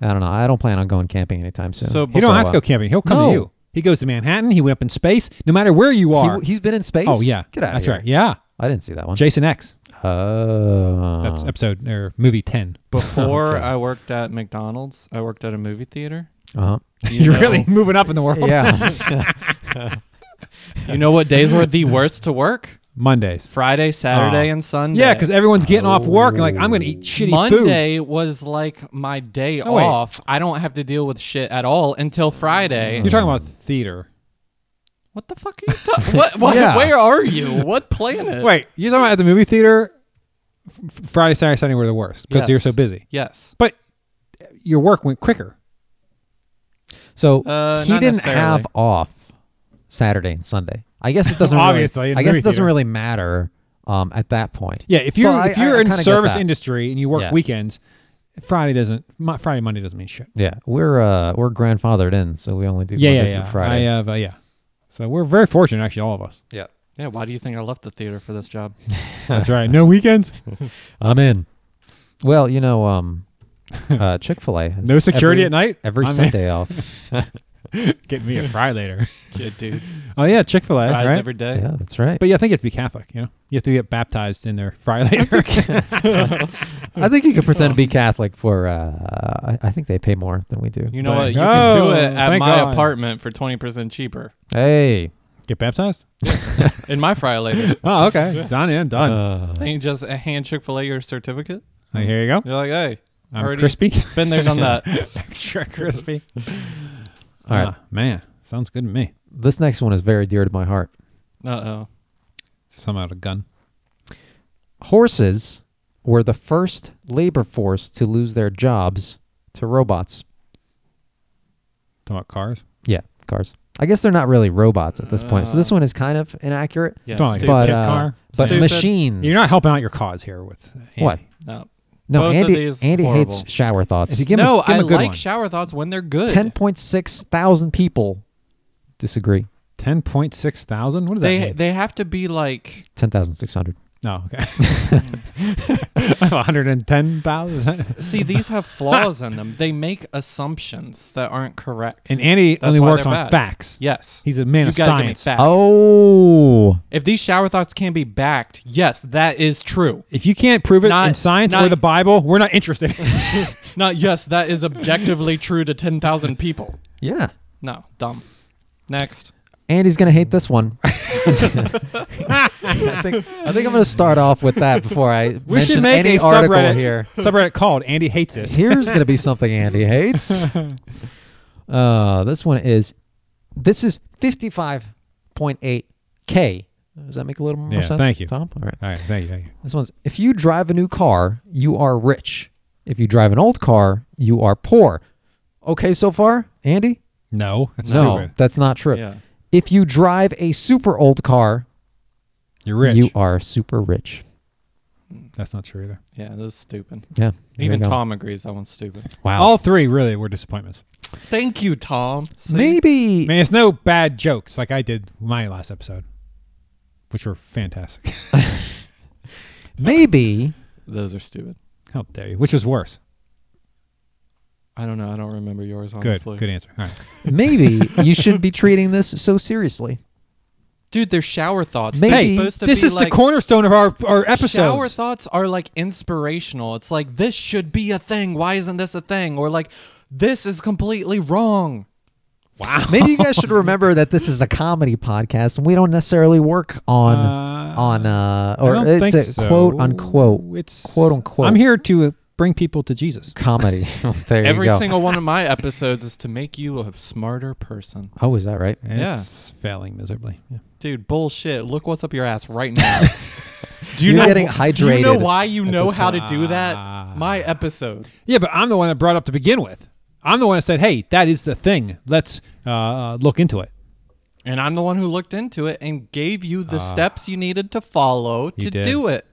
S3: I don't know. I don't plan on going camping anytime soon.
S4: So-
S2: You
S4: Also,
S2: don't have to
S3: uh,
S2: go camping. He'll come
S3: no.
S2: to you. He goes to Manhattan. He went up in space. No matter where you are.
S3: He, has been in space.
S2: oh, yeah.
S3: get out.
S2: That's
S3: here.
S2: right. Yeah.
S3: I didn't see that one.
S2: Jason X.
S3: Oh,
S2: That's
S4: Uh-huh.
S2: episode or movie 10. [LAUGHS]
S4: Before I worked at McDonald's, I worked at a movie theater.
S3: uh-huh.
S4: You know-
S2: moving up in the world. [LAUGHS]
S3: yeah.
S4: You know what days were the worst to work?
S2: Mondays.
S4: Friday, Saturday,
S2: Aw.
S4: and Sunday.
S2: Yeah, because everyone's getting off work and like, I'm going to eat shitty food.
S4: Monday was like my day
S2: No, wait.
S4: off. I don't have to deal with shit at all until Friday.
S2: You're talking about theater.
S4: What the fuck are you talking? [LAUGHS] what? what
S3: Yeah.
S4: Where are you? What
S3: Uh,
S4: planet?
S2: Wait, you're talking about at the movie theater? F- Friday, Saturday, Sunday were the worst because
S4: Yes.
S2: you're so busy.
S4: Yes.
S2: But your work went quicker.
S3: So
S4: Uh,
S3: he
S4: not
S3: didn't
S4: necessarily.
S3: have off Saturday and Sunday. I guess it doesn't.
S2: Obviously, in
S3: really,
S2: the
S3: I guess
S2: movie
S3: it doesn't
S2: theater.
S3: really matter um, at that point.
S2: Yeah, if
S3: So
S2: you're
S3: I-
S2: if you're
S3: I- I
S2: in
S3: kinda get
S2: service
S3: that.
S2: industry and you work
S3: Yeah.
S2: weekends, Friday doesn't. Mo- Friday Monday doesn't mean shit.
S3: yeah, we're uh, we're grandfathered in, so we only do
S2: Yeah, yeah,
S3: Monday
S2: yeah.
S3: through Friday. [LAUGHS]
S2: I have uh, yeah. So we're very fortunate, actually, all of us.
S3: yeah.
S4: Yeah, why do you think I left the theater for this job?
S2: That's right. No weekends.
S3: [LAUGHS] I'm in. Well, you know,
S2: [LAUGHS]
S3: um, uh, Chick Fil A.
S2: No security at night.
S3: Every
S2: I'm in.
S3: Sunday off.
S2: [LAUGHS] Get me a
S3: [LAUGHS]
S2: fry later.
S4: Yeah, dude.
S2: [LAUGHS] Oh yeah, Chick Fil A,
S4: Fries
S2: right?
S4: every day.
S3: yeah, that's right.
S2: but yeah, I think you have to be Catholic. You know, you have to get baptized in their
S3: [LAUGHS]
S2: fry later.
S3: I think you could pretend
S2: [LAUGHS]
S3: to be Catholic for. Uh, I, I think they pay more than we do.
S4: You know
S3: but-
S4: what? You
S2: Oh,
S4: can do it at
S2: thank
S4: my
S2: God.
S4: apartment for 20% cheaper.
S3: Hey,
S2: [LAUGHS] get baptized?
S4: In my fry
S2: [LAUGHS]
S4: later.
S2: Oh, okay. Done and done.
S4: Then you just hand Chick fil A your certificate.
S2: Like, Uh, here you go.
S4: You're like, hey,
S2: I'm
S4: already
S2: crispy. [LAUGHS]
S4: been there, done that.
S2: Extra crispy.
S3: all right.
S2: Ah, man, sounds good to me.
S3: this next one is very dear to my heart.
S4: Uh oh.
S2: Some out of gun.
S3: Horses were the first labor force to lose their jobs to robots.
S2: Talking about cars.
S3: Yeah, cars. I guess they're not really robots at this point. So this
S2: Uh.
S3: one is kind of inaccurate.
S4: Yeah,
S2: Don't like
S4: stupid.
S3: but
S2: kid
S3: uh,
S2: car.
S3: but
S4: Stupid.
S3: machines.
S2: You're not helping out your cause here with Andy.
S3: What?
S4: no.
S3: No,
S4: Both of
S3: Andy.
S4: these
S3: Andy hates
S4: horrible.
S3: shower thoughts.
S2: If you uh, give him
S4: no,
S2: a, give
S4: I
S2: him a good
S4: like
S2: one.
S4: shower thoughts when they're good.
S3: Ten point six thousand people disagree.
S2: Ten point six thousand. What does that
S4: they
S2: mean?
S4: they have to be like
S3: Ten thousand six hundred.
S2: no,
S4: [LAUGHS]
S2: okay. [LAUGHS] I have one hundred and ten
S4: [LAUGHS]
S2: thousand.
S4: see these have flaws in them. They make assumptions that aren't correct.
S2: And Andy
S4: That's
S2: only
S4: why
S2: works
S4: they're
S2: on
S4: bad.
S2: facts.
S4: yes.
S2: He's a man
S4: you
S2: of
S4: gotta
S2: science.
S4: Give me facts.
S3: Oh,
S4: If these shower thoughts can be backed, yes, that is true.
S2: If you can't prove it in
S4: Not-
S2: science
S4: not-
S2: or the Bible, we're not interested. [LAUGHS]
S4: Not yes, that is objectively [LAUGHS] true to 10,000 people.
S3: yeah.
S4: No, dumb. Next.
S3: Andy's gonna hate this
S2: [LAUGHS]
S3: one. [LAUGHS] I think I think I'm gonna start off with that before I
S2: [LAUGHS] we
S3: mention
S2: should make
S3: any
S2: a
S3: article
S2: subreddit
S3: here.
S2: [LAUGHS] Subreddit called Andy hates this.
S3: Here's gonna be something Andy
S2: [LAUGHS]
S3: hates. Uh, this one is this is 55.8 k. Does that make a little more
S2: Yeah,
S3: sense?
S2: thank you.
S3: Tom. All right.
S2: All right, thank you, thank you.
S3: This one's if you drive a new car, you are rich. If you drive an old car, you are poor. Okay, so far, Andy?
S2: No, that's
S3: no,
S2: stupid.
S3: that's not true.
S4: Yeah.
S3: If you drive a super old car,
S2: You're rich.
S3: you are super rich.
S2: that's not true either.
S4: Yeah, this is stupid.
S3: Yeah. there
S4: Even
S3: you go.
S4: Tom agrees that one's stupid.
S3: Wow.
S2: All three really were disappointments.
S4: Thank you, Tom. See?
S3: Maybe.
S2: I mean, it's no bad jokes like I did my last episode, which were fantastic. [LAUGHS]
S3: Maybe.
S4: Those are stupid.
S2: How dare you? Which was worse?
S4: I don't know. I don't remember yours,
S2: Good,
S4: honestly.
S2: good answer. All right.
S3: Maybe you shouldn't be treating this so seriously.
S4: Dude, they're shower thoughts.
S3: Maybe-
S4: They're
S2: Hey,
S4: supposed to
S2: this
S4: be
S2: is
S4: like,
S2: the cornerstone of our our episode.
S4: Shower thoughts are like inspirational. It's like this should be a thing. Why isn't this a thing? Or like this is completely wrong.
S2: wow.
S3: Maybe you guys should remember that this is a comedy podcast and we don't necessarily work on
S2: Uh,
S3: on uh
S2: I
S3: or
S2: don't
S3: it's
S2: think
S3: a
S2: so.
S3: quote unquote
S2: It's
S3: quote unquote.
S2: I'm here to uh, bring people to Jesus.
S3: comedy. [LAUGHS] there
S4: Every
S3: you go.
S4: single one of my episodes is to make you a smarter person.
S3: oh, is that right?
S2: And
S4: Yeah.
S2: It's failing miserably. Yeah.
S4: Dude, bullshit. Look what's up your ass right now. do you
S3: You're [LAUGHS]
S4: know
S3: getting
S4: Do you know
S3: hydrated
S4: why you know
S3: this
S4: how
S3: point. Ah.
S4: to do that? My episode.
S2: Yeah, but I'm the one that brought up to begin with. I'm the one that said, "Hey, that is the thing. Let's uh, look into it."
S4: And I'm the one who looked into it and gave you the
S3: Ah.
S4: steps you needed to follow
S2: You
S4: to
S2: did.
S4: do it.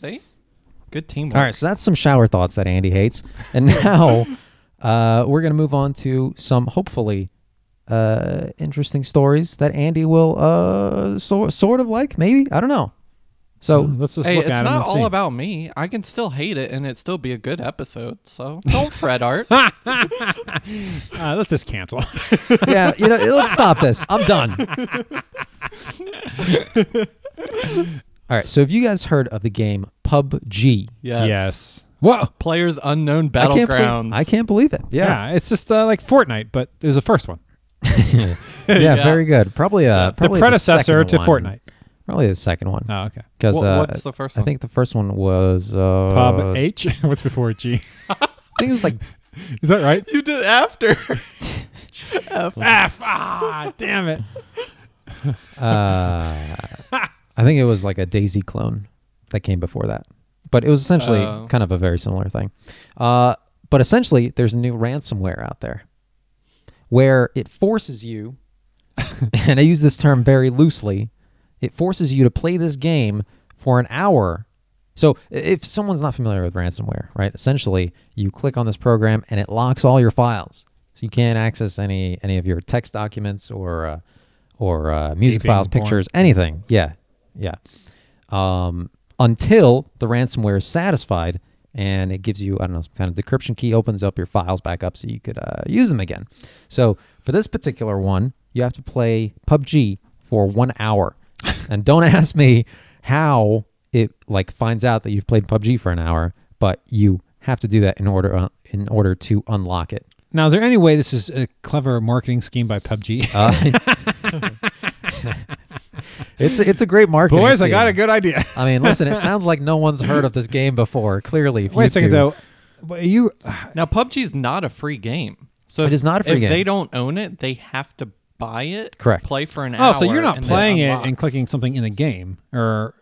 S4: See? Good teamwork.
S3: Mm. All right, so that's some shower thoughts that Andy hates.
S4: [LAUGHS]
S3: And now uh, we're going to move on to some hopefully uh, interesting stories that Andy will uh, so, sort of like, maybe. I don't know. So,
S4: [LAUGHS]
S2: Let's just
S4: Hey,
S2: look
S4: it's
S2: at 'em
S4: not
S2: and
S4: all
S2: see.
S4: about me. I can still hate it and it still be a good episode. So
S3: [LAUGHS]
S4: don't fret, Art.
S2: Uh, let's
S4: [LAUGHS]
S2: just cancel. [LAUGHS]
S3: yeah, you know, let's stop this. I'm done. All right, so have you guys heard of the game PUBG?
S4: Yes.
S2: Whoa.
S4: Players
S3: I
S4: unknown
S3: can't, belie-
S4: battlegrounds.
S3: I can't believe it. Yeah.
S2: Yeah, it's just uh, like Fortnite, but it was the first one.
S3: Yeah, very good. Probably, uh, probably
S2: the predecessor
S3: second
S2: to
S3: one.
S2: Fortnite.
S3: Probably the second one.
S2: Oh, okay.
S3: Because
S4: Wha-
S3: uh,
S4: what's the first
S3: I
S4: one?
S3: think the first one was uh,
S2: Pub H. [LAUGHS] What's before G?
S3: I think it was like
S2: Is that right?
S4: You did
S2: [LAUGHS]
S4: after.
S2: F. Ah, damn it.
S3: uh, I think it was like a Daisy clone that came before that, but it was essentially
S4: Oh.
S3: kind of a very similar thing. Uh, but essentially, there's a new ransomware out there where it forces you, [LAUGHS] and I use this term very loosely, it forces you to play this game for an hour. So i- if someone's not familiar with ransomware, right? Essentially, you click on this program and it locks all your files, so you can't access any any of your text documents or uh, or uh, music
S2: Keeping
S3: files,
S2: porn.
S3: pictures, anything. Yeah, yeah. Um, until the ransomware is satisfied, and it gives you I don't know some kind of decryption key, opens up your files back up so you could uh, use them again. So for this particular one, you have to play PUBG for one
S2: [LAUGHS]
S3: hour, and don't ask me how it like finds out that you've played PUBG for an hour, but you have to do that in order uh, in order to unlock it.
S2: Now, is there any way this is a clever marketing scheme by PUBG?
S3: Uh, It's a, it's a great marketing.
S2: Boys, I
S3: scheme.
S2: got a good idea.
S3: I mean, listen,
S2: [LAUGHS]
S3: it sounds like no one's heard of this game before. Clearly, if
S2: [LAUGHS] Wait
S3: you
S2: a second,
S3: two-
S2: though. But you,
S4: [LAUGHS] Now PUBG is not a free game. So
S3: It
S4: if-
S3: is not a free
S4: if
S3: game.
S4: they don't own it, they have to buy it.
S3: Correct.
S4: Play for an
S2: oh,
S4: hour.
S2: so you're not
S4: and then
S2: playing it and
S4: unlocks.
S2: clicking something in a game, or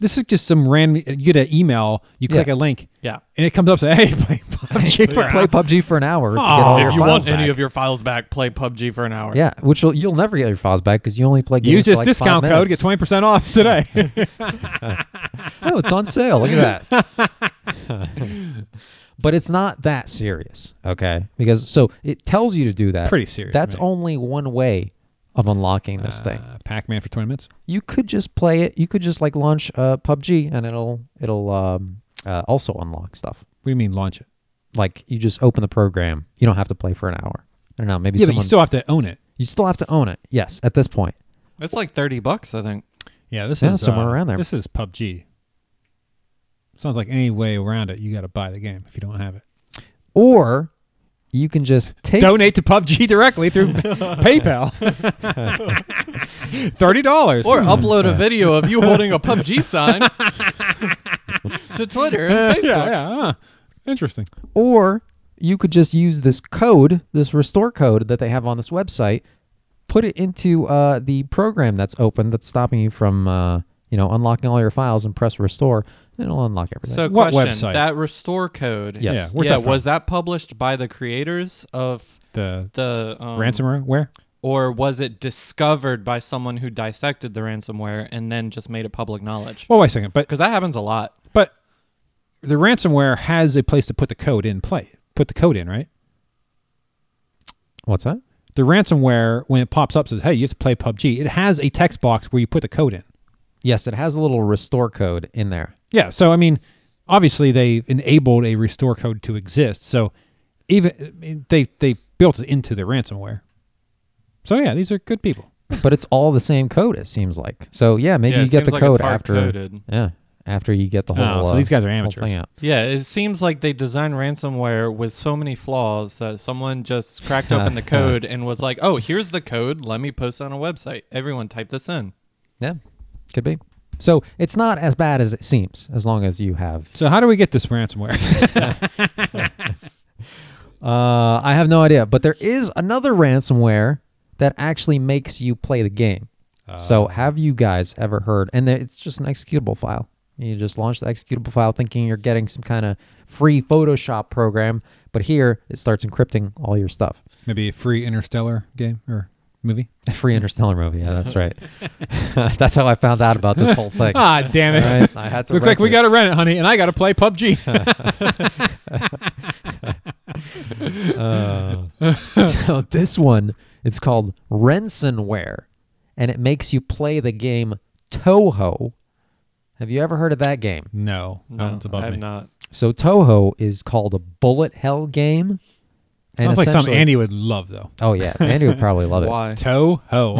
S2: this is just some random. You get an email, you click
S3: Yeah.
S2: a link,
S4: Yeah.
S2: and it comes up saying, "Hey, [LAUGHS] play PUBG for an
S3: play
S2: hour."
S3: PUBG for an hour to get
S2: Aw.
S3: all
S2: If
S3: your
S4: If you
S3: files
S4: want
S3: back.
S4: any of your files back, play PUBG for an hour.
S3: yeah, which you'll, you'll never get your files back because you only play games
S2: Use
S3: for
S2: this
S3: like five
S2: discount code, get
S3: minutes.
S2: twenty percent off [LAUGHS] today.
S3: oh, it's on sale. Look at that.
S2: [LAUGHS]
S3: [LAUGHS] but it's not that serious, okay? Because so it tells you to do that.
S2: Pretty serious,
S3: That's
S2: mate.
S3: only one way of unlocking [LAUGHS] this thing.
S2: Uh, Pac-Man for twenty minutes.
S3: You could just play it. You could just like launch uh, PUBG and it'll it'll um, uh, also unlock stuff.
S2: What do you mean launch it?
S3: Like you just open the program. You don't have to play for an hour. I don't know. Maybe
S2: Yeah, but
S3: someone
S2: you still have to own it.
S3: you still have to own it. Yes, at this point.
S4: It's like thirty bucks, I think.
S2: Yeah, this
S3: Yeah,
S2: is
S3: somewhere
S2: uh,
S3: around there.
S2: This is PUBG. Sounds like any way around it, you got to buy the game if you don't have it.
S3: Or you can just take
S2: Donate to PUBG directly through
S3: [LAUGHS]
S2: PayPal. [LAUGHS] Thirty dollars
S3: Hmm.
S4: Or upload a video of you holding a PUBG
S3: [LAUGHS]
S4: sign [LAUGHS] to Twitter and Facebook.
S2: Yeah, yeah. huh. Interesting.
S3: or you could just use this code, this restore code that they have on this website, put it into uh, the program that's open that's stopping you from uh, you know unlocking all your files and press restore, and it'll unlock everything.
S4: So
S2: What
S4: question,
S2: website?
S4: that restore code.
S3: Yes.
S2: Yeah,
S3: Yeah,
S2: where's
S4: yeah,
S2: that from?
S4: was that published by the creators of
S2: the
S4: the um,
S2: ransomware? Where?
S4: or was it discovered by someone who dissected the ransomware and then just made it public knowledge?
S2: Well, wait a second. But
S4: Because that happens a lot.
S2: but the ransomware has a place to put the code in play. Put the code in, right?
S3: What's that?
S2: The ransomware, when it pops up, says, "Hey, you have to play PUBG." It has a text box where you put the code in.
S3: Yes, it has a little restore code in there.
S2: Yeah. So I mean, obviously they enabled a restore code to exist. So even I mean, they they built it into the ransomware. So yeah, these are good people.
S3: but it's all the same code. It seems like. So yeah, maybe
S4: Yeah,
S3: you
S4: it
S3: get the
S4: seems like it's
S3: code after.
S4: hard-coded.
S3: Yeah, after you get the
S2: Oh,
S3: whole.
S2: so
S3: uh,
S2: these guys are
S3: whole
S2: amateurs.
S3: thing out.
S4: Yeah, it seems like they designed ransomware with so many flaws that someone just cracked
S3: [LAUGHS]
S4: open the code and was like, "Oh, here's the code. Let me post it on a website. Everyone, type this in."
S3: Yeah, could be. So it's not as bad as it seems, as long as you have.
S2: So how do we get this ransomware? [LAUGHS]
S3: Uh, I have no idea, but there is another ransomware that actually makes you play the game.
S2: Ah.
S3: so have you guys ever heard? And it's just an executable file. You just launch the executable file, thinking you're getting some kind of free Photoshop program, but here it starts encrypting all your stuff. [LAUGHS]
S2: Maybe a free interstellar game or movie.
S3: A free interstellar movie. Yeah, that's
S2: [LAUGHS]
S3: right. [LAUGHS] that's how I found out about this whole thing.
S2: Ah, damn [LAUGHS] it!
S3: All right, I had to
S2: Looks like
S3: rent
S2: we
S3: it.
S2: got to rent it, honey, and I got to play PUBG.
S3: Uh, [LAUGHS] so this one, it's called Ransomware, and it makes you play the game Toho. Have you ever heard of that game?
S2: [LAUGHS] no, that one's Oh, above
S4: I have
S2: me.
S4: not.
S3: So Toho is called a bullet hell game. and
S2: Sounds like something
S3: essentially-
S2: Andy would love, [LAUGHS] though.
S3: Oh yeah, Andy would probably love it.
S4: [LAUGHS] Why?
S2: Toe ho.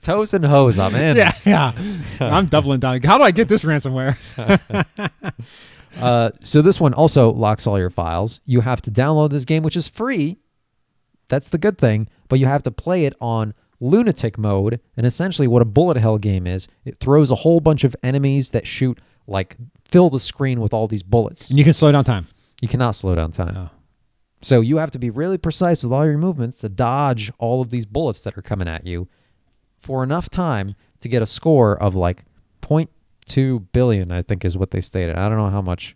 S3: Toes and hoes, I'm in.
S2: [LAUGHS] yeah, yeah. I'm doubling down. How do I get this ransomware?
S3: Uh, so this one also locks all your files. You have to download this game, which is free. That's the good thing, but you have to play it on lunatic mode. And essentially, what a bullet hell game is, it throws a whole bunch of enemies that shoot like fill the screen with all these bullets.
S2: [LAUGHS] And you can slow down time.
S3: You cannot slow down time.
S2: Oh.
S3: So you have to be really precise with all your movements to dodge all of these bullets that are coming at you for enough time to get a score of like 0.2 billion, I think is what they stated. I don't know how much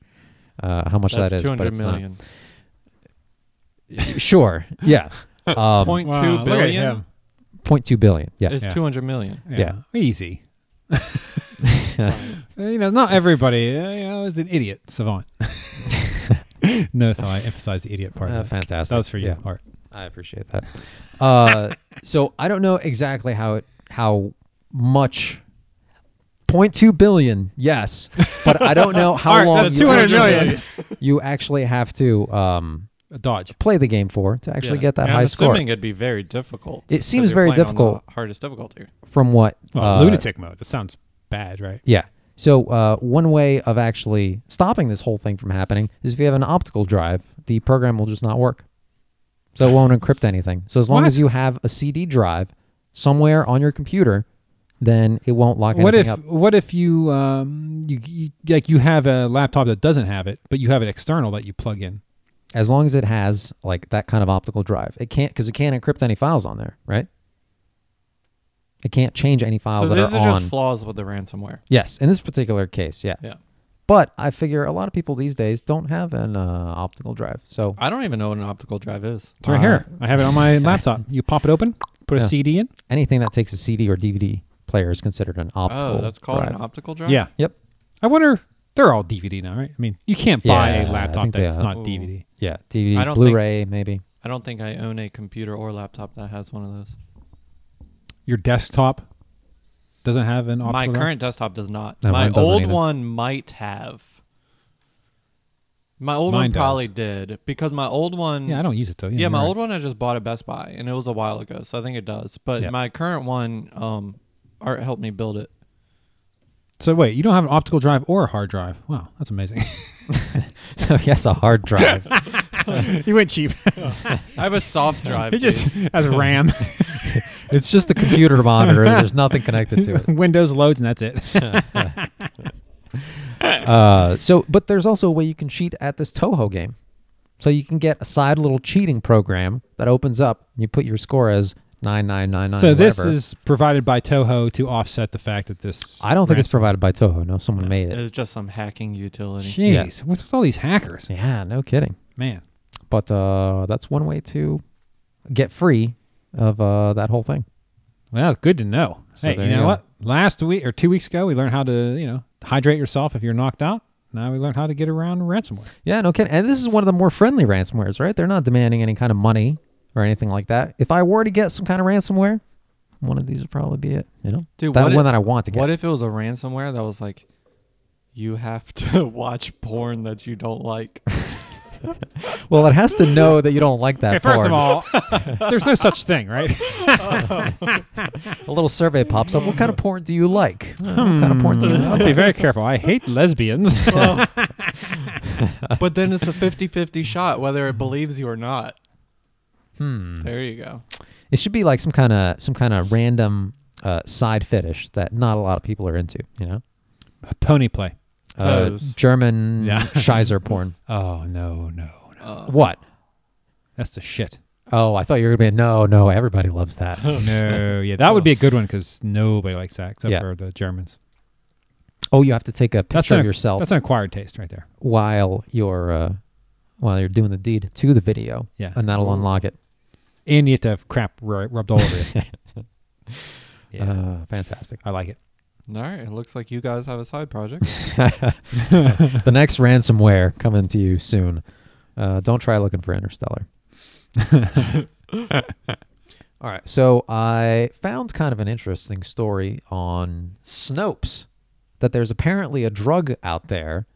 S3: uh, how much
S4: That's
S3: that is,
S4: two
S3: but
S4: hundred
S3: it's
S4: million.
S3: not. Sure. Yeah. Um,
S4: Point
S2: Wow,
S4: two
S2: look at
S4: billion
S2: him.
S3: 0.2 billion. Yeah.
S4: is two hundred million.
S2: Yeah. [LAUGHS] Easy. [LAUGHS] you know, not everybody uh, you know, is an idiot [LAUGHS] savant. Notice how I emphasize the idiot part.
S3: Uh,
S2: of it.
S3: fantastic.
S2: That was for you,
S3: Yeah.
S2: Art.
S3: I appreciate that. Uh, [LAUGHS] so I don't know exactly how it how much. 0.2 billion, yes, but I don't know how
S2: [LAUGHS] All right,
S3: long
S2: that's
S3: you
S2: 200
S3: actually-
S2: million.
S3: [LAUGHS] you actually have to um,
S2: Dodge.
S3: play the game for to actually get that
S4: And
S3: high
S4: I'm
S3: score.
S4: assuming it'd be very difficult.
S3: It
S4: 'cause
S3: seems
S4: you're
S3: very
S4: playing on the
S3: difficult.
S4: hardest difficulty.
S3: From what
S2: Well,
S3: uh,
S2: lunatic mode. That sounds bad, right?
S3: Yeah. So uh, one way of actually stopping this whole thing from happening is if you have an optical drive, the program will just not work. So it won't encrypt anything. So as long
S2: What?
S3: as you have a CD drive somewhere on your computer, then it won't lock
S2: what if
S3: anything up.
S2: what if you um you, you like you have a laptop that doesn't have it, but you have an external that you plug in?
S3: As long as it has like that kind of optical drive, it can't because it can't encrypt any files on there, right? It can't change any
S4: So
S3: files
S4: these
S3: that
S4: are,
S3: are, Ah, on.
S4: just flaws with the ransomware.
S3: yes, in this particular case, yeah.
S4: Yeah.
S3: But I figure a lot of people these days don't have an uh, optical drive, so
S4: I don't even know what an optical drive is.
S2: It's right
S3: Uh,
S2: here. I have it
S3: [LAUGHS]
S2: on my laptop. You pop it open, put a
S3: Yeah.
S2: CD in.
S3: anything that takes a CD or DVD player is considered an optical.
S4: Oh, that's called
S3: drive.
S4: an optical drive?
S2: Yeah.
S3: Yep.
S2: I wonder. They're all DVD now, right? I mean, you can't buy
S3: Yeah, I
S2: a laptop
S3: think they
S2: that's
S3: are.
S2: not
S4: Ooh.
S2: DVD.
S3: Yeah,
S4: I
S3: DVD,
S4: don't
S3: Blu-ray, maybe. [LAUGHS]
S4: I don't think I own a computer or laptop that has one of those.
S2: Your desktop doesn't have an optical.
S4: My
S2: drive?
S4: current desktop does not.
S3: No,
S4: My
S3: mine doesn't
S4: old
S3: either.
S4: one might have. My old
S2: Mine
S4: one
S2: does.
S4: probably did because my old one.
S2: Yeah, I don't use it though.
S4: Yeah, my
S2: you're
S4: old
S2: right.
S4: one I just bought at Best Buy, and it was a while ago, so I think it does. But
S2: Yeah.
S4: my current one, um, Art helped me build it.
S2: So wait, you don't have an optical drive or a hard drive? Wow,
S4: [LAUGHS]
S2: that's amazing.
S3: Oh, yes, a hard drive.
S2: you went cheap.
S4: I have
S3: [LAUGHS]
S4: a soft drive.
S2: [LAUGHS]
S4: [LAUGHS]
S2: it just
S4: dude.
S2: has RAM, [LAUGHS]
S3: it's just a computer monitor. There's nothing connected
S4: [LAUGHS]
S3: to it.
S2: Windows loads, and that's it.
S3: [LAUGHS] Uh, so, but there's also a way you can cheat at this Toho game. So you can get a side little cheating program that opens up. And you put your score as nine nine nine nine.
S2: so this is provided by Toho to offset the fact that this.
S3: I don't think it's
S2: ransom-
S3: provided by Toho. No, someone made it.
S4: It's just some hacking utility.
S3: Yeah.
S2: Jeez, what's with all these hackers?
S3: Yeah, no kidding.
S2: Man,
S3: But uh, that's one way to get free of uh, that whole thing.
S2: well, it's good to know.
S3: So
S2: hey,
S3: there
S2: you
S3: you
S2: know
S3: go.
S2: what? Last week or two weeks ago, we learned how to you know hydrate yourself if you're knocked out. Now we learned how to get around ransomware.
S3: Yeah, no kidding. And this is one of the more friendly ransomwares, right? They're not demanding any kind of money or anything like that. If I were to get some kind of ransomware, one of these would probably be it. You know,
S4: Dude,
S3: that
S4: what
S3: one
S4: if-
S3: that I want to get.
S4: What if it was a ransomware that was like, you have to [LAUGHS] watch porn that you don't like?
S3: well, it has to know that you don't like that.
S2: [LAUGHS] Okay, first of
S3: form. [LAUGHS]
S2: all, there's no such thing, right?
S3: a little survey pops up. What kind of porn do you
S2: [LAUGHS]
S3: like? Uh, What kind of porn do you
S2: I'll
S3: like?
S2: be very careful. I hate lesbians. [LAUGHS]
S4: but then it's a 50 50 shot whether it believes you or not. Hmm. There you go.
S3: It should be like some kind of some kind of random uh, side fetish that not a lot of people are into. You know,
S2: Pony play.
S3: uh,
S4: Toes.
S3: German [LAUGHS]
S2: Yeah.
S3: Scheiser
S2: [LAUGHS]
S3: porn.
S2: Oh no, no, no.
S3: What?
S2: That's the shit.
S3: Oh, I thought you were gonna be no, no. Everybody loves that.
S2: [LAUGHS] No, yeah, that would be a good one because nobody likes that except
S3: Oh, Yeah.
S2: for the Germans.
S3: oh, you have to take a
S2: That's
S3: picture
S2: an,
S3: of yourself.
S2: That's an acquired taste right there.
S3: while you're uh, while you're doing the deed to the video.
S2: Yeah.
S3: and that'll unlock it.
S2: And you have to have crap ru- rubbed all over you.
S3: [LAUGHS]
S2: yeah,
S3: Uh,
S2: [LAUGHS]
S3: fantastic.
S2: I like it.
S4: All right. It looks like you guys have a side project.
S3: the next ransomware coming to you soon. Uh, don't try looking for
S2: [LAUGHS]
S3: Interstellar. All right, so I found kind of an interesting story on Snopes that there's apparently a drug out there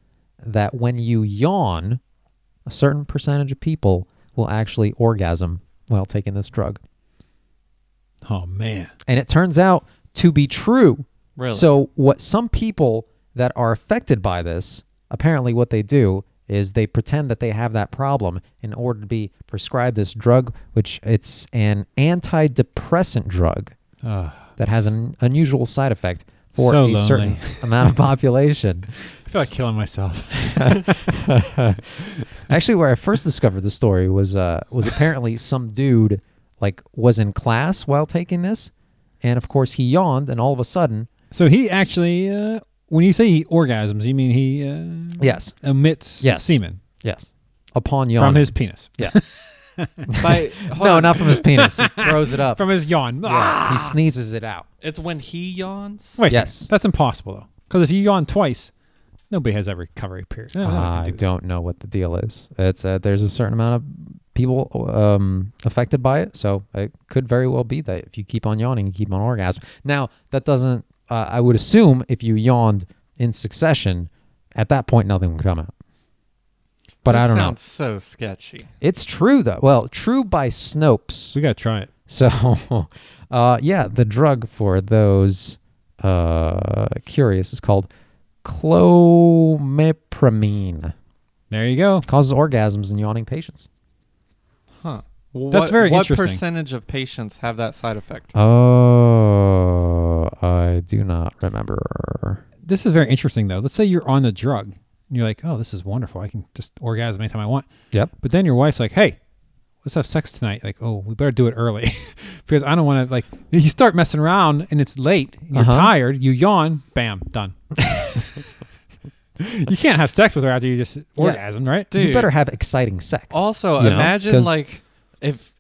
S3: that when you yawn, a certain percentage of people will actually orgasm while taking this drug.
S2: Oh man,
S3: and it turns out to be true.
S4: Really?
S3: So what some people that are affected by this, apparently what they do is they pretend that they have that problem in order to be prescribed this drug, which it's an antidepressant drug
S2: Ugh.
S3: that has an unusual side effect for
S2: So
S3: a
S2: lonely. [LAUGHS]
S3: certain amount of population.
S2: I feel like killing myself. [LAUGHS]
S3: Actually, where I first discovered the story was uh, was apparently some dude like was in class while taking this, and of course he yawned, and all of a sudden,
S2: so he actually, uh, when you say he orgasms, you mean he uh,
S3: yes,
S2: emits
S3: Yes.
S2: semen
S3: Yes. Upon yawn.
S2: from
S3: [LAUGHS]
S2: his penis,
S3: yeah.
S4: By, hold
S3: no,
S4: on.
S3: not from his penis.
S2: [LAUGHS]
S3: He throws it up.
S2: from his yawn. Ah!
S3: he sneezes it out.
S4: It's when he yawns.
S2: Wait, a
S3: Yes.
S2: second. that's impossible though, because if you yawn twice, nobody has that recovery period. No, no, no,
S3: I
S2: can do that.
S3: don't know what the deal is. It's uh, there's a certain amount of people um, affected by it. So it could very well be that if you keep on yawning, you keep on orgasm. Now that doesn't. Uh, I would assume if you yawned in succession, at that point nothing would come out. But I don't
S4: sounds so sketchy.
S3: know. It's true though. Well, true by Snopes.
S2: We gotta try it.
S3: So, [LAUGHS] uh, yeah, the drug for those uh, curious is called clomipramine.
S2: There you go.
S3: Causes orgasms in yawning patients.
S4: Huh. Well,
S2: That's
S4: what,
S2: very
S4: What
S2: interesting.
S4: percentage of patients have that side effect?
S3: Oh, I do not remember.
S2: This is very interesting though. Let's say you're on the drug. And you're like, oh, this is wonderful. I can just orgasm anytime I want.
S3: Yep.
S2: But then your wife's like, hey, let's have sex tonight. Like, oh, we better do it early [LAUGHS] because I don't want to. Like, you start messing around and it's late. And you're
S3: Uh-huh.
S2: tired. You yawn. Bam,
S3: [LAUGHS]
S2: done. you can't have sex with her after you just orgasm, right?
S4: Dude.
S3: You better have exciting sex.
S4: Also,
S3: you know,
S4: imagine
S3: 'cause-
S4: like if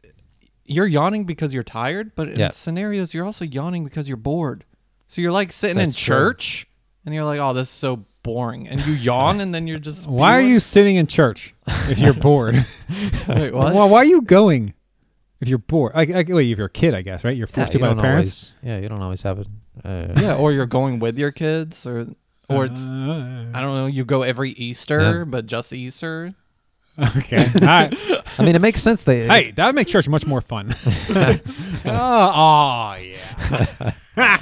S4: you're yawning because you're tired, but in
S3: Yeah.
S4: scenarios you're also yawning because you're bored. So you're like sitting in
S3: That's true.
S4: church and you're like, "Oh, this is so boring," and you yawn, and then you're just.
S2: [LAUGHS] Why are
S4: feeling-
S2: you sitting in church if you're bored? [LAUGHS]
S4: Wait, what?
S2: Why, why are you going if you're bored? Like, like, wait, if you're a kid, I guess, right? You're
S3: yeah,
S2: forced
S3: you
S2: to by
S3: don't
S2: the parents.
S3: always. Yeah, you don't always have it. [LAUGHS] Uh,
S4: yeah, or you're going with your kids, or or it's
S3: [LAUGHS]
S4: I
S2: Uh,
S4: don't know. You go every Easter, but just Easter.
S2: okay.
S3: [LAUGHS]
S2: All right.
S3: I mean, it makes sense. They
S2: Hey, that would make church much
S3: [LAUGHS]
S2: more fun. [LAUGHS] oh, aw, yeah.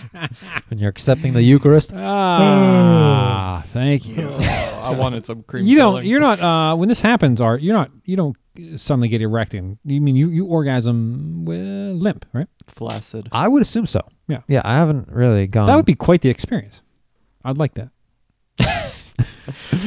S3: when you're accepting the Eucharist.
S2: Ah, [LAUGHS] thank you.
S4: I wanted some cream.
S2: You don't. You're not. Uh, when this happens, Art, you're not. You don't suddenly get erect. And you mean you you orgasm with limp, right?
S4: flaccid.
S3: I would assume so.
S2: Yeah.
S3: Yeah, I haven't really gone.
S2: that would be quite the experience. I'd like that.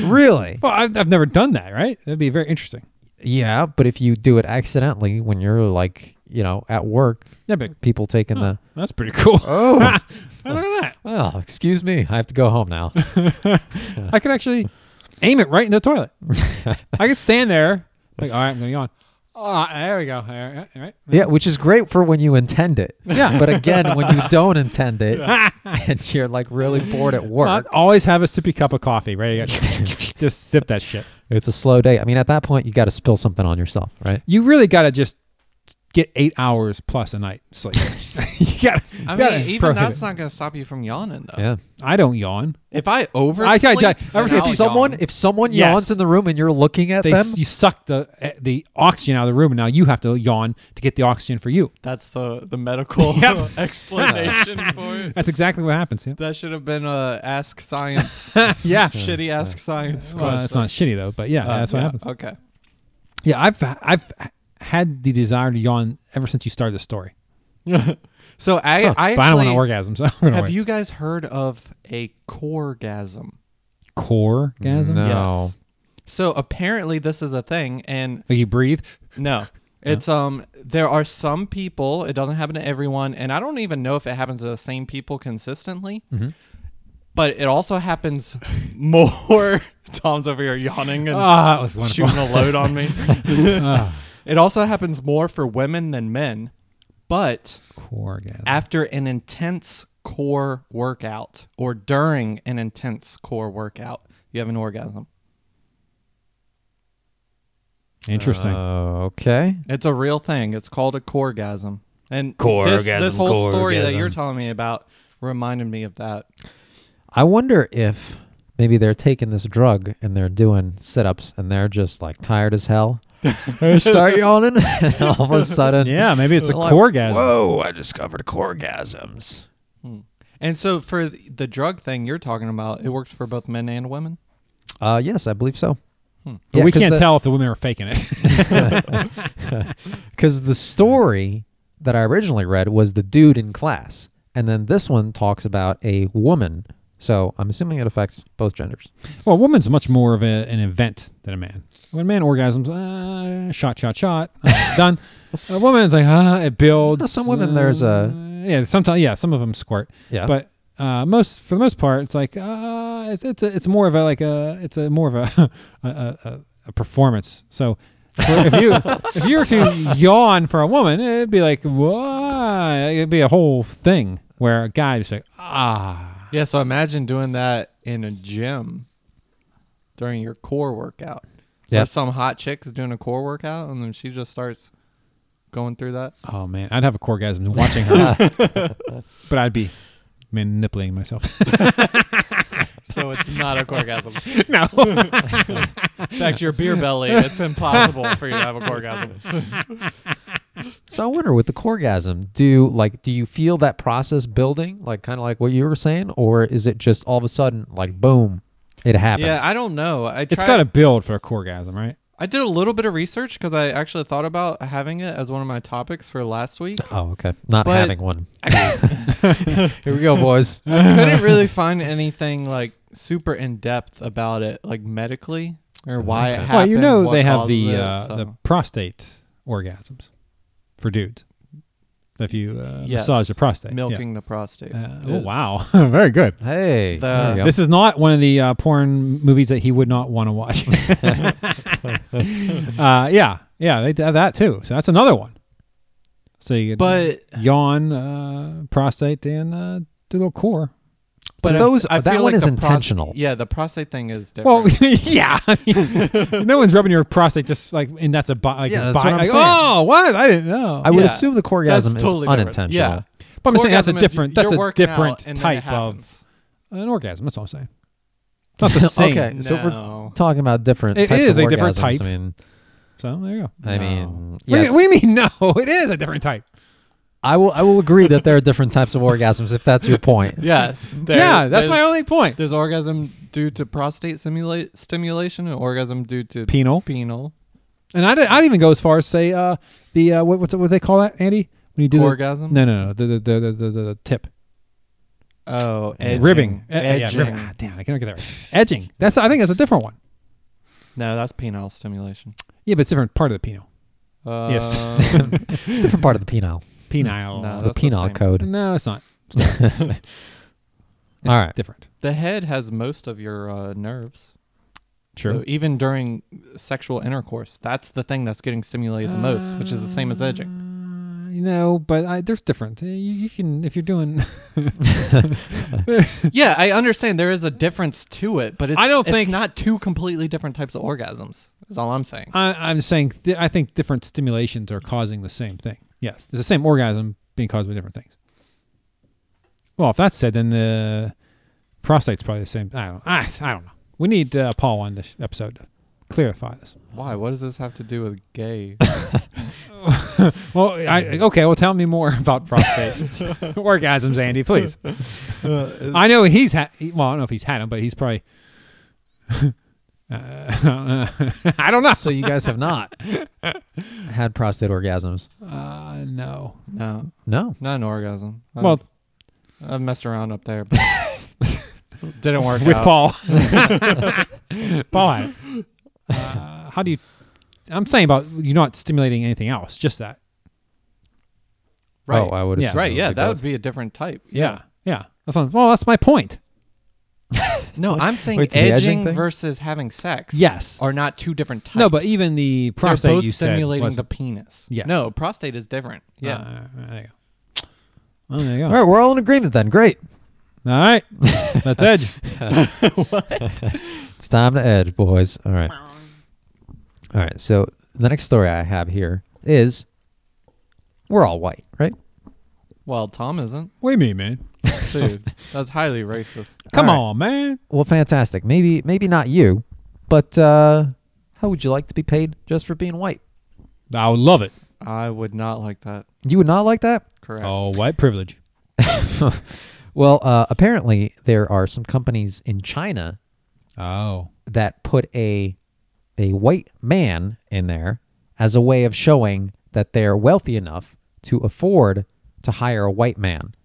S3: really.
S2: Well, I've, I've never done that. Right? That'd be very interesting.
S3: Yeah, but if you do it accidentally when you're like, you know, at work,
S2: Yeah, but
S3: people taking the
S2: that's pretty cool.
S3: [LAUGHS] oh,
S2: Oh, look at that.
S3: well, excuse me, I have to go home
S2: [LAUGHS]
S3: now.
S2: [LAUGHS] I could actually aim it right in the toilet. I could stand there, like, all right, I'm going on. Oh, there we go. All right. all right.
S3: yeah, which is great for when you intend it.
S2: Yeah.
S3: but again, when you don't intend
S2: [LAUGHS]
S3: it and you're like really bored at
S2: I'd
S3: work,
S2: always have a sippy cup of coffee ready.
S3: [LAUGHS]
S2: to- just sip that shit.
S3: it's a slow day. I mean, at that point, you got to spill something on yourself, right?
S2: You really got to just get eight hours plus a night
S4: [LAUGHS]
S2: sleep. [LAUGHS] you got.
S4: I
S2: gotta
S4: mean, even
S2: prohibit.
S4: that's not going to stop you from yawning,
S2: Uh,
S4: though.
S3: Yeah.
S2: I don't yawn.
S4: If I oversleep,
S2: I- I- I
S4: then
S2: forget
S4: I'll
S3: If someone
S4: yawn.
S3: if someone
S2: Yes.
S3: yawns in the room and you're looking at
S2: They
S3: them,
S2: s- you suck the eh, the oxygen out of the room, and now you have to yawn to get the oxygen for you.
S4: that's the the medical
S2: [LAUGHS] Yep.
S4: [LAUGHS] explanation for it.
S2: That's exactly what happens. Yeah.
S4: That should have been a ask science.
S2: [LAUGHS] Yeah.
S4: shitty ask science
S2: Well,
S4: question.
S2: that's not shitty though, but yeah, that's what
S4: Uh, Yeah,
S2: happens.
S4: Okay.
S2: Yeah, I've I've had the desire to yawn ever since you started the story.
S4: So I I
S2: but I don't want to
S4: actually
S2: orgasm. So [LAUGHS] I'm gonna
S4: have
S2: wait.
S4: you guys heard of a coregasm?
S2: core gasm?
S3: No.
S4: Yes. So apparently this is a thing, and
S2: Like you breathe?
S4: No. It's um there are some people, it doesn't happen to everyone, and I don't even know if it happens to the same people consistently.
S2: Mm-hmm.
S4: But it also happens [LAUGHS] more Tom's over here yawning and
S2: Ah, that was wonderful.
S4: shooting a load on me. it also happens more for women than men. But
S2: Core gasm.
S4: after an intense core workout or during an intense core workout, you have an orgasm.
S2: Interesting.
S3: Uh, okay.
S4: It's a real thing. It's called a coregasm. And this, this whole story that you're telling me about reminded me of that.
S3: I wonder if maybe they're taking this drug and they're doing sit ups and they're just like tired as
S2: [LAUGHS]
S3: hell. They start yawning and [LAUGHS] all of a sudden
S2: yeah, maybe
S4: [LAUGHS]
S2: it's a
S3: like,
S2: core gasm.
S3: Whoa, I discovered corgasms.
S4: And so for th- the drug thing you're talking about, it works for both men and women.
S3: Uh yes, I believe so.
S2: Hmm. But
S3: Yeah,
S2: we
S3: 'cause
S2: can't
S3: the-
S2: tell if the women are faking it. [LAUGHS]
S3: Because the story that I originally read was the dude in class. And then this one talks about a woman. So I'm assuming it affects both genders.
S2: well, a woman's much more of a, an event than a man. When a man orgasms, uh, shot, shot, shot,
S3: [LAUGHS]
S2: uh, done. A woman's like, ah, it builds.
S3: Well, some women, there's a-
S2: uh, yeah. Sometimes, yeah, some of them squirt.
S3: Yeah.
S2: But uh, most, for the most part, it's like, uh, it's it's a, it's more of a like a it's a more of a [LAUGHS] a, a, a- a performance. So for- if you if you
S3: [LAUGHS]
S2: were to yawn for a woman, it'd be like, why? It'd be a whole thing where a guy just like, ah,
S4: Yeah, so imagine doing that in a gym during your core workout.
S3: Yep.
S4: Or some hot chick is doing a core workout and then she just starts going through that.
S2: Oh man, I'd have a orgasm watching her, [LAUGHS] but I'd be manipulating myself.
S4: So it's not a orgasm. [LAUGHS]
S2: no,
S4: In fact, your beer belly, it's impossible for you to have a orgasm.
S3: So I wonder with the corgasm, do like do you feel that process building, like kind of like what you were saying, or is it just all of a sudden like boom, it happens?
S4: Yeah, I don't know. I
S2: [LAUGHS] it's
S4: tried-
S2: got to build for a orgasm, right?
S4: I did a little bit of research because I actually thought about having it as one of my topics for last week.
S3: oh, okay. Not
S4: But-
S3: having
S4: [LAUGHS]
S3: one. [LAUGHS] Here we go, boys.
S4: I
S2: [LAUGHS]
S4: couldn't really find anything like super in depth about it, like medically or why it happens.
S2: well, you know
S4: what
S2: they have
S4: causes
S2: the
S4: it,
S2: uh, the
S4: so-
S2: prostate orgasms for dudes. If you uh,
S4: Yes.
S2: massage the prostate, yeah.
S4: milking the prostate.
S2: Uh, oh
S4: is-
S2: wow, [LAUGHS] very good.
S3: Hey, there you go.
S2: This is not one of the uh, porn movies that he would not want to watch. [LAUGHS] uh, yeah, yeah, they have that too. So that's another one. So you could
S4: But
S2: yawn, uh, prostate, and uh, do a little core.
S4: but I-
S3: those-
S4: I
S3: that
S4: feel
S3: one
S4: like
S3: is
S4: the pros-
S3: intentional.
S4: yeah, the prostate thing is different.
S2: Well, [LAUGHS] yeah, I
S4: [LAUGHS]
S2: mean, no one's rubbing your prostate just like, and that's a bi- like
S3: Yeah,
S2: a
S3: that's
S2: bi-
S3: what I'm
S2: like,
S3: saying.
S2: oh, what? I didn't know.
S3: I would
S4: yeah,
S3: assume the
S4: That's
S3: corgasm
S4: totally
S3: is
S4: different.
S3: unintentional.
S4: Yeah.
S2: but I'm saying that's a
S4: Orgasm is
S2: different,
S4: you're
S2: that's a
S4: working out
S2: different
S4: and then it
S2: type of
S4: happens.
S2: an orgasm. That's all I'm saying. It's not
S4: [LAUGHS]
S2: the same.
S3: Okay. So if we're
S4: No.
S3: Talking about different
S2: It
S3: types
S2: is
S3: of
S2: a different
S3: orgasms,
S2: type.
S3: I mean,
S2: So there you go.
S3: I
S4: No.
S3: mean,
S2: What do
S3: yeah,
S2: you- what do you mean? [LAUGHS] No, it is a different type.
S3: I will. I will agree that there are different types of orgasms if that's your point.
S4: [LAUGHS]
S2: [LAUGHS]
S4: Yes. there-
S2: yeah, that's my
S4: there's-
S2: only point.
S4: There's orgasm due to prostate simula- stimulation and orgasm due to
S2: Penal.
S4: penal
S2: And I'd, I'd even go as far as say uh, the uh, what what's what they call that, Andy? When you do the-
S4: orgasm.
S2: no, no, no, the the the, the, the, the tip
S4: Oh, edging.
S2: ribbing, Uh, uh, yeah,
S4: edging.
S2: ribbing. Ah, damn, I can't get that right. [SIGHS] Edging. That's I think that's a different one.
S4: No, that's penile stimulation.
S2: Yeah, but it's a different part of the penile.
S4: [LAUGHS]
S2: Yes.
S4: Um,
S3: Different part of the penile,
S2: Penile.
S4: No,
S3: the
S4: that's the
S3: penile
S4: same.
S3: code.
S2: No, it's [LAUGHS] not. It's different. It's
S3: All right.
S2: different.
S4: the head has most of your uh, nerves.
S2: True.
S4: So even during sexual intercourse, that's the thing that's getting stimulated the most, which is the same as edging.
S2: Uh, you know, but I, there's different. Uh, You, you can if you're doing. [LAUGHS]
S4: yeah, I understand there is a difference to it, but it's,
S2: I don't
S4: it's
S2: think-
S4: not two completely different types of orgasms. Is all I'm saying.
S2: I, I'm saying th- I think different stimulations are causing the same thing. Yes, it's the same orgasm being caused by different things. Well, if that's said, then the prostate's probably the same. I don't. I, I don't know. We need uh, Paul on this episode to clarify this.
S4: Why? What does this have to do with gay?
S2: Well, I, okay. Well, tell me more [LAUGHS] about prostate orgasms, Andy, please. I know he's had. Well, I don't know if he's had them, but he's probably. [LAUGHS] uh, I don't know.
S3: So you guys have
S4: [LAUGHS]
S3: not had prostate orgasms?
S2: Uh, no.
S4: [LAUGHS] no,
S3: No.
S4: not an orgasm. I-
S2: Well,
S4: I messed around up there, [LAUGHS] but didn't work
S2: with
S3: Oh,
S4: out. [LAUGHS]
S2: Paul. [LAUGHS] Paul, had it. Uh, how do you? I'm saying about you're not stimulating anything else, just that.
S4: Right.
S3: Oh, I would
S2: Yeah.
S3: assume.
S4: right.
S3: it
S4: Yeah,
S3: be
S4: that
S3: both.
S4: would be a different type.
S2: Yeah, yeah. That's not, well, that's my point.
S4: No, I'm saying
S3: Wait, to the edging
S4: edging
S3: thing?
S4: versus having sex.
S2: Yes.
S4: Are not two different types.
S2: No, but even the
S4: They're
S2: prostate
S4: both
S2: you said
S4: stimulating
S2: was-
S4: the penis.
S2: Yes.
S4: No, prostate is different. Yeah.
S2: Uh, there you go. Well, there you go.
S3: All right, we're all in agreement then. Great.
S2: All [LAUGHS] right. That's Edge.
S3: It's time to edge, boys. All right. All right. So the next story I have here is we're all white, right?
S4: well, Tom
S2: [LAUGHS]
S4: isn't.
S2: What do you mean, man?
S4: Dude, that's highly racist.
S2: Come
S3: All right.
S2: on, man.
S3: Well, fantastic. Maybe maybe not you, but uh, how would you like to be paid just for being white?
S2: I would love it.
S4: I would not like that.
S3: You would not like that?
S4: Correct.
S2: Oh, white privilege.
S3: Well, uh, apparently there are some companies in China
S2: Oh.
S3: that put a a white man in there as a way of showing that they're wealthy enough to afford to hire a white man.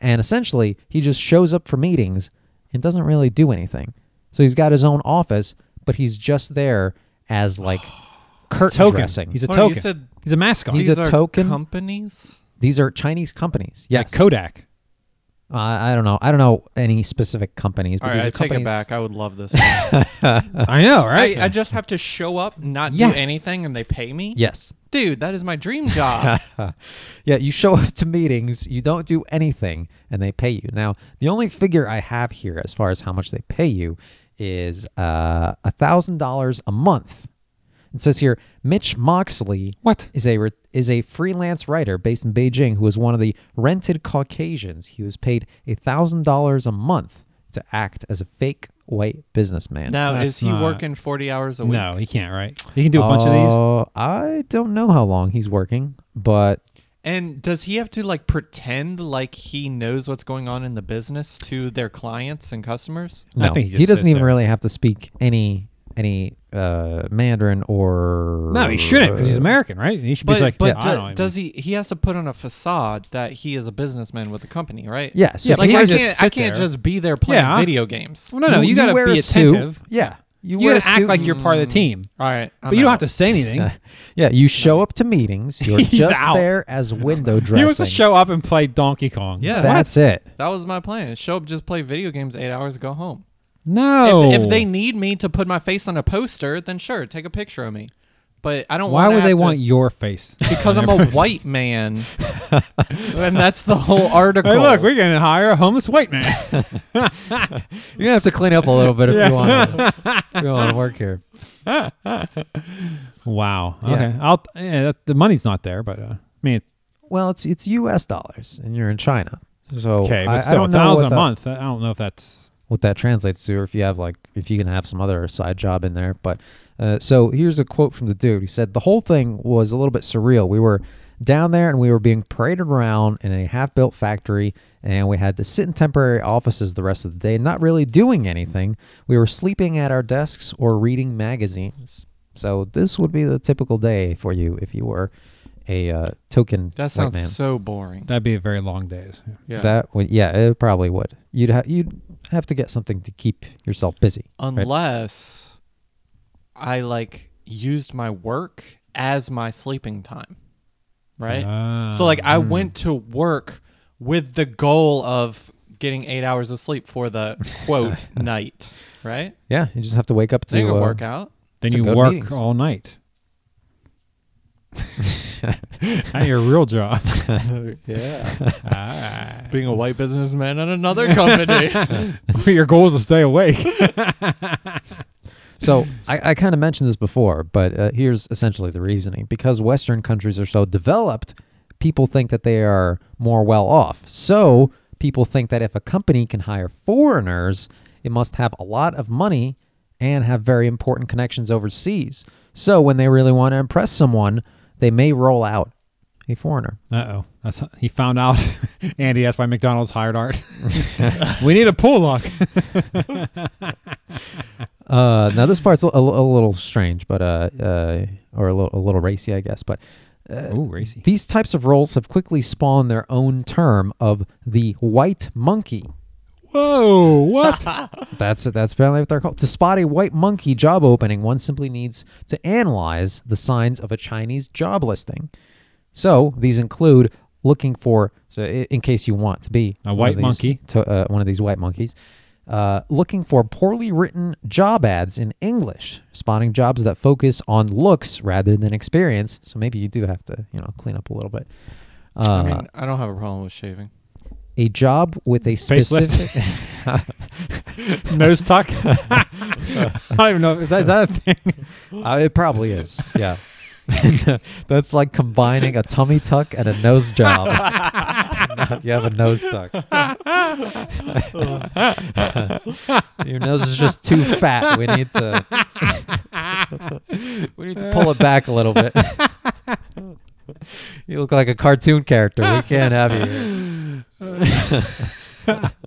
S3: And essentially, he just shows up for meetings and doesn't really do anything. So he's got his own office, but he's just there as
S4: [GASPS]
S3: like curtain
S2: Token.
S3: dressing.
S2: He's a
S4: Hold on,
S2: token.
S4: Oh, you said
S2: He's a mascot.
S3: He's
S4: these
S3: a
S4: are
S3: token?
S4: Companies.
S3: These are Chinese companies. Yes.
S2: like Kodak.
S3: Uh, I don't know. I don't know any specific companies. But
S4: All
S3: these
S4: right,
S3: are
S4: I take
S3: companies-
S4: it back. I would love
S2: [LAUGHS]
S4: this. one.
S2: I know,
S4: I,
S2: right?
S4: I just have to show up, not
S3: Yes.
S4: do anything, and they pay me.
S3: Yes.
S4: Dude, that is my dream
S2: [LAUGHS]
S4: job.
S3: Yeah, you show [LAUGHS] up to meetings, you don't do anything, and they pay you. Now, the only figure I have here as far as how much they pay you is a thousand uh, dollars a month It says here, Mitch Moxley
S2: What?
S3: is a re- is a freelance writer based in Beijing who is one of the rented Caucasians. He was paid thousand dollars a month to act as a fake white businessman.
S4: Now,
S2: That's
S4: is he
S2: not-
S4: working 40 hours a week?
S2: No, he can't. Right? He can do a bunch of these.
S3: Uh, I don't know how long he's working, but
S4: And does he have to like pretend like he knows what's going on in the business to their clients and customers?
S2: I
S3: no,
S2: think he
S3: he,
S2: just
S3: doesn't
S2: sits
S3: even
S2: there.
S3: really have to speak any any uh, Mandarin or
S2: No, he shouldn't because he's American, right? And he should
S4: But,
S2: be like,
S4: but
S2: yeah,
S4: do-
S2: I don't
S4: does he? He has to put on a facade that he is a businessman with a company, right?
S3: Yeah, so
S2: Yeah,
S4: Like
S2: he
S4: I
S2: can just
S4: can't, I
S2: sit
S4: can't
S2: there.
S4: just be there playing
S2: Yeah.
S4: video games.
S2: Well, no, no, you, gotta
S3: wear
S2: be
S3: a suit.
S2: attentive.
S3: Yeah,
S2: You,
S3: wear a
S2: gotta act
S3: suit
S2: like
S3: and-
S2: you're part of the team,
S4: All right, I'm
S2: but you don't
S4: out.
S2: have to say anything.
S3: Yeah, you show up to meetings.
S2: [LAUGHS]
S3: You're
S2: He's
S3: just
S2: out.
S3: there as window dressing.
S2: [LAUGHS] He wants to show up and play Donkey Kong.
S4: Yeah,
S3: That's it.
S4: that was my plan. Show up, just play video games eight hours, go home.
S2: No.
S4: If, if they need me to put my face on a poster, then sure, take a picture of me. But I don't.
S2: why
S4: wanna
S2: would
S4: have
S2: they
S4: to-
S2: want your face? [LAUGHS]
S4: Because I'm a white [LAUGHS] man, and that's the whole article.
S2: Hey, look, we're gonna hire a homeless white man.
S3: You're gonna have to clean up a little bit if you want. [LAUGHS] To, if you want to work here.
S2: wow.
S3: Yeah.
S2: Okay. I'll. Yeah, that, the money's not there, but uh, I mean, it's
S3: Well, it's it's U.S. dollars, and you're in China, so
S2: okay.
S3: I,
S2: But
S3: I
S2: still,
S3: don't
S2: a
S3: know
S2: thousand
S3: what
S2: a
S3: the-
S2: month. I don't know if that's.
S3: what that translates to, or if you have like if you can have some other side job in there. But uh, so here's a quote from the dude. He said the whole thing was a little bit surreal. We were down there and we were being paraded around in a half-built factory, and we had to sit in temporary offices the rest of the day, not really doing anything. We were sleeping at our desks or reading magazines. So this would be the typical day for you if you were a uh, token
S4: That
S3: white
S4: sounds
S3: man.
S4: so boring.
S2: That'd be a very long days.
S4: Yeah.
S3: That would yeah, it probably would. You'd ha- you'd have to get something to keep yourself busy. right?
S4: Unless I like used my work as my sleeping time. Right?
S2: Ah,
S4: so like I went to work with the goal of getting 8 hours of sleep for the [LAUGHS] quote night, right?
S3: Yeah, you just have to wake up to
S4: Take a
S3: uh,
S4: workout.
S2: Then
S3: to
S2: you
S3: go to
S2: work
S3: meetings.
S2: all [LAUGHS] night. At your real job. [LAUGHS]
S4: Yeah. Being a white businessman at [LAUGHS] another company.
S2: your goal is to stay awake.
S3: So I, I kind of mentioned this before, but uh, here's essentially the reasoning: because Western countries are so developed, people think that they are more well off. So people think that if a company can hire foreigners, it must have a lot of money and have very important connections overseas. So when they really want to impress someone, they may roll out a foreigner.
S2: Uh oh. That's he found out. [LAUGHS] Andy, that's why McDonald's hired [LAUGHS] Art. we need a pool lock.
S3: Uh, now this part's a, a- a little strange, but uh, uh, or a little, a little racy, I guess. But
S2: Ooh, racy.
S3: These types of roles have quickly spawned their own term of the white monkey.
S2: Whoa, what? [LAUGHS]
S3: That's that's apparently what they're called. To spot a white monkey job opening, one simply needs to analyze the signs of a Chinese job listing. So these include looking for. So i- in case you want to be
S2: A
S3: one of
S2: white
S3: these-
S2: monkey.
S3: to, uh, one of these white monkeys, uh, looking for poorly written job ads in English, spotting jobs that focus on looks rather than experience. So maybe you do have to you know clean up a little bit. Uh,
S4: I mean, I don't have a problem with [LAUGHS] shaving.
S3: a job with a
S2: Facelift.
S3: specific
S2: Nose tuck. [LAUGHS] I don't even know if that's that a thing.
S3: [LAUGHS] Uh, it probably is yeah [LAUGHS] that's like combining a tummy tuck and a nose job [LAUGHS] you have a nose tuck [LAUGHS] your nose is just too fat we need to we need to [LAUGHS] pull it back a little bit [LAUGHS] you look like a cartoon character we can't have you here [LAUGHS]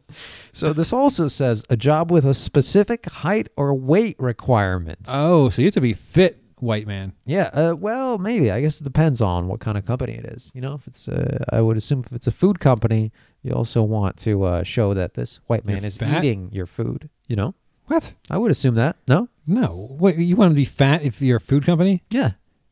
S3: So this also says a job with a specific height or weight requirement.
S2: Oh, so you have to be fit, white man.
S3: yeah, uh, well, maybe. I guess it depends on what kind of company it is. You know, if it's, uh, I would assume if it's a food company, you also want to uh, show that this white man is
S2: fat?
S3: eating your food. You know,
S2: What?
S3: I would assume that. No.
S2: No. Wait, you want to be fat if you're a food company?
S3: Yeah.